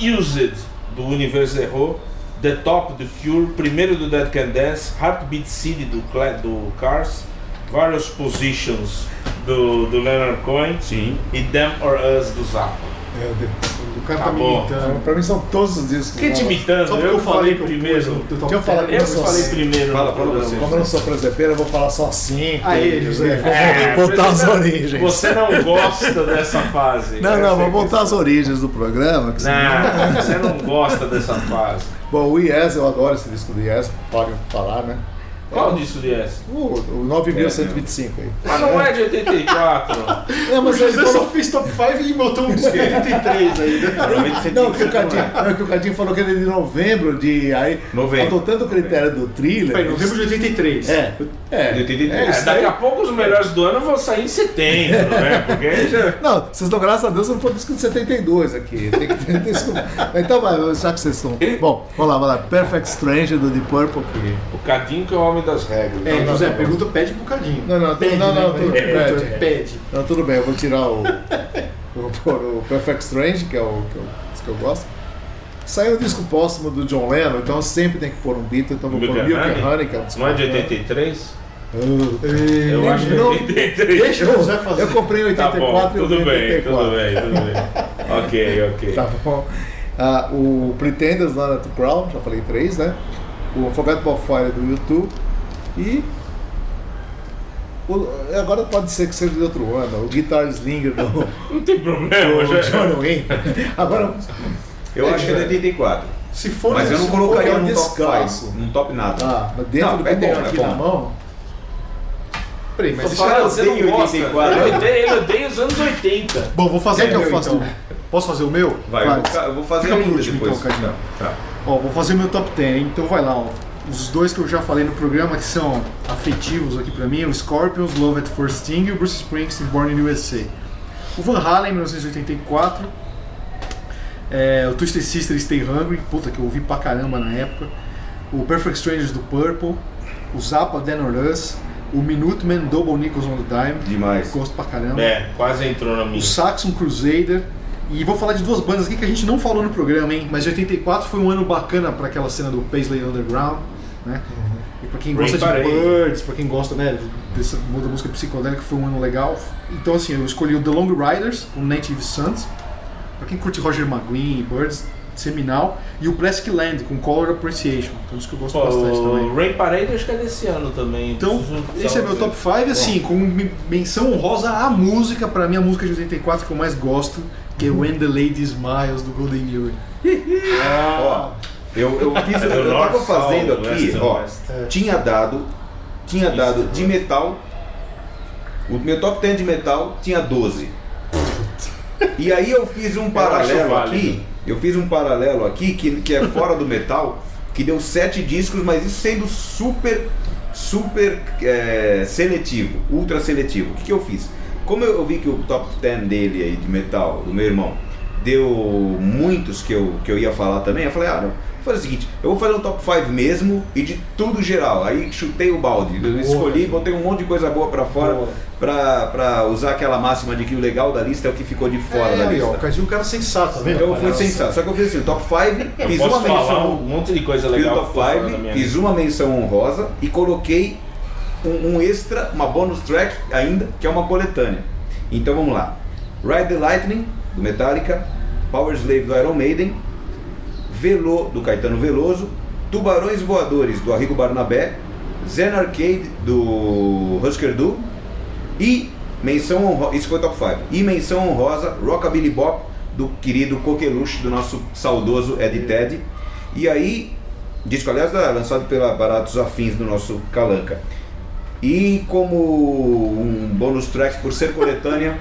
S4: Used, do Universo Errou, The Top, do Cure, primeiro do Dead Can Dance, Heartbeat City, do, Cla- do Cars, Various Positions, do, do Leonard Cohen,
S1: Sim.
S4: e Them or Us, do Zappa.
S3: Meu Deus.
S2: É, O cara tá me
S4: Acabou.
S2: imitando.
S3: Pra mim são todos os discos.
S4: Que
S3: novos.
S4: te imitando,
S2: Só porque
S4: eu,
S2: eu
S4: falei
S2: falei que eu
S4: primeiro.
S2: pus o-
S4: Eu,
S3: Deixa eu falar que
S4: que
S3: eu sou
S4: falei
S3: assim.
S4: primeiro.
S1: Fala, fala
S4: no programa.
S1: você.
S3: Como eu não sou presepeiro, eu vou falar só cinco.
S2: Aê, José.
S4: É,
S3: Vou voltar às
S4: você não-
S3: origens.
S4: Você não gosta dessa fase.
S3: Não,
S4: Essa
S3: não,
S4: é a
S3: vou voltar às origens do programa. que
S4: Não, você não gosta dessa fase.
S3: Bom, o Yes, eu adoro esse disco do Yes, podem falar, né?
S4: Qual disso de essa?
S3: O, o 9125 aí.
S4: Mas não é de 84.
S3: Não, mas
S2: Eu só fiz top 5 e botou um disco de 83 aí, né?
S3: Não,
S1: é.
S3: que o Cadinho, não, que o Cadinho falou que ele é de novembro de. Aí,
S1: Novembro.
S3: Faltou tanto critério do thriller.
S2: Peraí, novembro de 83.
S3: É. É.
S1: De 83.
S3: É,
S4: É,
S3: isso
S4: daqui
S3: aí.
S4: a pouco os melhores do ano vão sair em setembro, né? Porque aí já.
S3: Não, vocês dão graças a Deus, eu não tô disco de 72 aqui. Tem que ter disco. Então, vai, já que vocês estão. Bom, vamos lá, vamos lá. Perfect Stranger do Deep Purple. que-
S4: O Cadinho que é o homem das regras.
S2: É,
S4: Não,
S2: José,
S4: não,
S2: pergunta pede um bocadinho.
S3: Não, não,
S2: pede,
S3: não, não,
S2: né?
S3: tudo bem,
S2: Pede,
S3: pede.
S2: pede.
S3: Não, tudo bem, eu vou tirar o. Vou pôr o Perfect Strange, que é o que eu, disco que eu gosto. Saiu o disco póstumo do John Lennon, então eu sempre tem que pôr um Beatle, então eu vou
S4: Milk
S3: pôr
S4: and
S3: Milk
S4: Honey?
S3: and Honey, que é um disco.
S4: não é de 83?
S2: Eu
S4: Eu acho que é
S3: não.
S4: 83.
S2: Deixa o José fazer.
S3: Eu comprei em
S4: Tá
S3: 84
S4: bom,
S3: e eu
S4: tudo
S3: vi em
S4: bem,
S3: 84.
S4: tudo bem, tudo bem. Ok, ok.
S3: Tá bom. Ah, o Pretenders lá to Crown, já falei três, né? O Forgettable Fire do YouTube e. o- agora pode ser que seja de outro ano, o Guitar Slinger do, do
S4: Não tem problema,
S1: é.
S4: já.
S3: John Wayne. Agora,
S1: Eu acho que é de 84.
S2: Se for
S1: mas eu não
S3: isso
S1: colocaria
S3: foi um
S1: no top
S3: descalço.
S1: 5. Num top nada.
S3: ah, mas dentro
S1: Não,
S3: do
S1: vai
S3: que
S1: ter
S3: tem
S1: um,
S3: aqui
S2: tá
S1: é bom.
S3: na mão,
S2: Peraí, mas
S1: Tô
S2: isso é-
S1: falando-
S4: Você não
S1: odeio
S4: gosta.
S1: 84.
S4: Ele odeia, ele odeia os anos 80.
S2: Bom, vou fazer
S3: Quer
S2: o meu
S3: que eu faça
S2: então. Posso fazer o meu?
S1: Vai, eu
S3: Vai.
S1: vou, ca- eu vou fazer
S2: Fica por
S1: ainda
S2: último,
S1: depois.
S2: então, Cadinho.
S1: Tá,
S2: Ó, vou fazer meu top 10, hein? então vai lá, ó. Os dois que eu já falei no programa que são afetivos aqui pra mim, é o Scorpions, Love at First Sting e o Bruce Springsteen, Born in USA. O Van Halen, 1984. É, o Twisted Sister Stay Hungry, puta que eu ouvi pra caramba na época. O Perfect Strangers do Purple. O Zappa, Then or Us. O Minuteman, Double Nickels on the Dime.
S1: Demais.
S2: Gosto pra caramba
S4: É, quase entrou na minha.
S2: o Saxon Crusader. E vou falar de duas bandas aqui que a gente não falou no programa, hein? Mas 84 foi um ano bacana para aquela cena do Paisley Underground, né? E pra quem
S4: Uhum. Rain
S2: gosta de
S4: Parade.
S2: Birds, pra quem gosta, né, dessa da música psicodélica, foi um ano legal. Então, assim, eu escolhi o The Long Riders, o Native Sons. Pra quem curte Roger McGuinn e Birds, seminal. E o Plastic Land, com Color Appreciation. Então, isso que eu gosto
S4: Pô,
S2: bastante também.
S4: o Rain Parade acho que é desse ano também.
S2: Então,
S4: Preciso-
S2: esse é meu top 5, assim, com men- menção honrosa à música, pra mim a música de 84 que eu mais gosto, que
S1: Uhum.
S2: é When the Lady Smiles, do Golden Earring.
S1: Ó, eu, eu fiz, eu, eu tava
S4: É North,
S1: fazendo
S4: South,
S1: aqui,
S4: West and
S1: ó.
S4: West.
S1: É. Tinha dado, tinha
S4: Isso,
S1: dado
S4: né?
S1: de metal. O meu top 10 de metal tinha 12. E aí eu fiz um paralelo
S4: válido.
S1: aqui, eu fiz um paralelo aqui que, que é fora do metal, que deu sete discos, mas isso sendo super, super é, seletivo, ultra seletivo. O que, que eu fiz? Como eu, eu vi que o top 10 dele aí de metal, do meu irmão, deu muitos que eu, que eu ia falar também, eu falei, ah, não, vou fazer o seguinte, eu vou fazer um top 5 mesmo e de tudo geral. Aí chutei o balde, eu escolhi, botei um monte de coisa boa pra fora
S2: Boa.
S1: pra, pra usar aquela máxima de que o legal da lista é o que ficou de fora da
S2: aí, ó,
S1: lista. Então,
S2: o Cadinho é um cara sensato, tá
S3: né?
S2: vendo?
S1: Eu fui
S2: Rapaz,
S1: sensato. Só que eu fiz assim, o top 5,
S4: Eu
S1: fiz
S4: posso
S1: uma
S4: falar um
S1: menção.
S4: monte de coisa
S1: Fiz o
S4: legal. que
S1: top
S4: ficou fora da
S1: 5,
S4: minha
S1: fiz uma menção honrosa e coloquei um, um extra, uma bonus track ainda, que é uma coletânea. Então vamos lá. Ride the Lightning, do Metallica, Power Slave do Iron Maiden, Velo, do Caetano Veloso, Tubarões Voadores, do Arrigo Barnabé, Zen Arcade, do Husker Du, e menção honrosa, isso foi top 5. E menção honrosa, Rockabilly Bop, do querido Coqueluche, do nosso saudoso Ed Ted. E aí, disco, aliás, da- lançado pela Baratos Afins, do nosso Calanca. E como um bônus track por ser coletânea,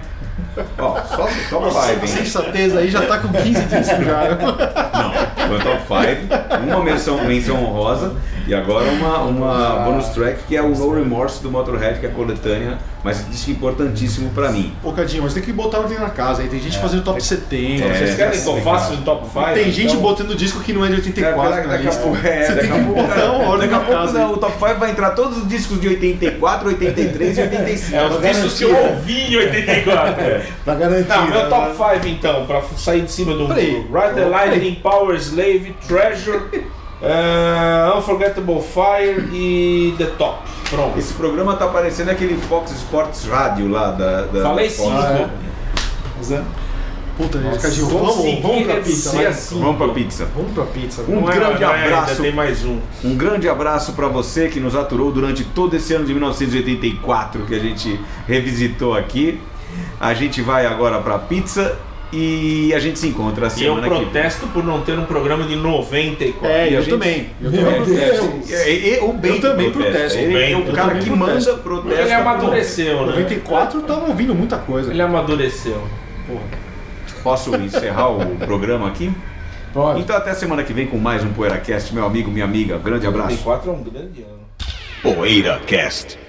S1: ó, só top
S2: Nossa,
S1: 5,
S2: a
S1: hein?
S2: sensateza aí já tá com 15 discos já.
S1: Não, foi top 5, uma menção, menção honrosa e agora uma, uma bonus track que é o No Remorse do Motorhead, que é a coletânea Mas disco importantíssimo pra mim.
S2: Pô, Cadinho, mas tem que botar ordem na casa. Aí tem gente fazendo top 70.
S1: É, Então-
S4: Vocês querem que eu faça o top Então, 5?
S2: tem gente botando disco que não é de 84. na
S1: daqui a
S2: lista.
S1: pouco, é,
S2: Você
S1: daqui
S2: tem
S1: a
S2: que
S1: pouco,
S2: botar um uma ordem
S1: daqui a
S2: na
S1: pouco
S2: casa.
S1: não, o top 5 vai entrar todos os discos de 84, 83 e Tá 85.
S4: É, os discos que eu ouvi em 84. é.
S3: Pra garantir.
S4: Não,
S3: né?
S4: meu top 5 então, pra sair de cima do muro.
S2: Peraí.
S4: Ride the Lightning, Power Slave, Treasure, eh, Unforgettable Fire e The Top. Pronto.
S1: Esse programa tá parecendo aquele Fox Sports Radio lá da. da
S4: Falei
S1: da
S4: cinco.
S1: Fox. É.
S3: Mas é-
S2: Puta, gente, Cadinho,
S4: Consegui
S2: vamos, vamos pra pizza.
S4: reduzir
S2: vai.
S4: a cinco.
S1: Vamos pra pizza.
S2: Vamos pra pizza.
S3: né?
S1: Um
S4: Não é,
S1: grande
S4: não é, ainda
S1: abraço.
S4: Tem mais um.
S1: Um grande abraço para você que nos aturou durante todo esse ano de 1984 que a gente revisitou aqui. A gente vai agora para pizza e a gente se encontra
S4: E eu
S1: semana que vem.
S4: protesto por não ter um programa de 94.
S2: É,
S1: E a
S2: eu
S1: gente-
S2: também. Eu
S3: Meu
S2: também.
S3: Deus.
S1: É, e- e- o bem
S2: Eu também protesto.
S1: Ele é o
S4: Eu
S1: cara
S2: também
S1: que
S2: protesto.
S1: manda protesta.
S4: Ele é amadureceu, né?
S2: 94 eu tava ouvindo muita coisa.
S4: Ele amadureceu.
S1: Posso encerrar o programa aqui?
S3: Pode.
S1: Então até semana que vem com mais um PoeiraCast, meu amigo, minha amiga. Grande abraço.
S4: 94 é um grande ano.
S1: PoeiraCast.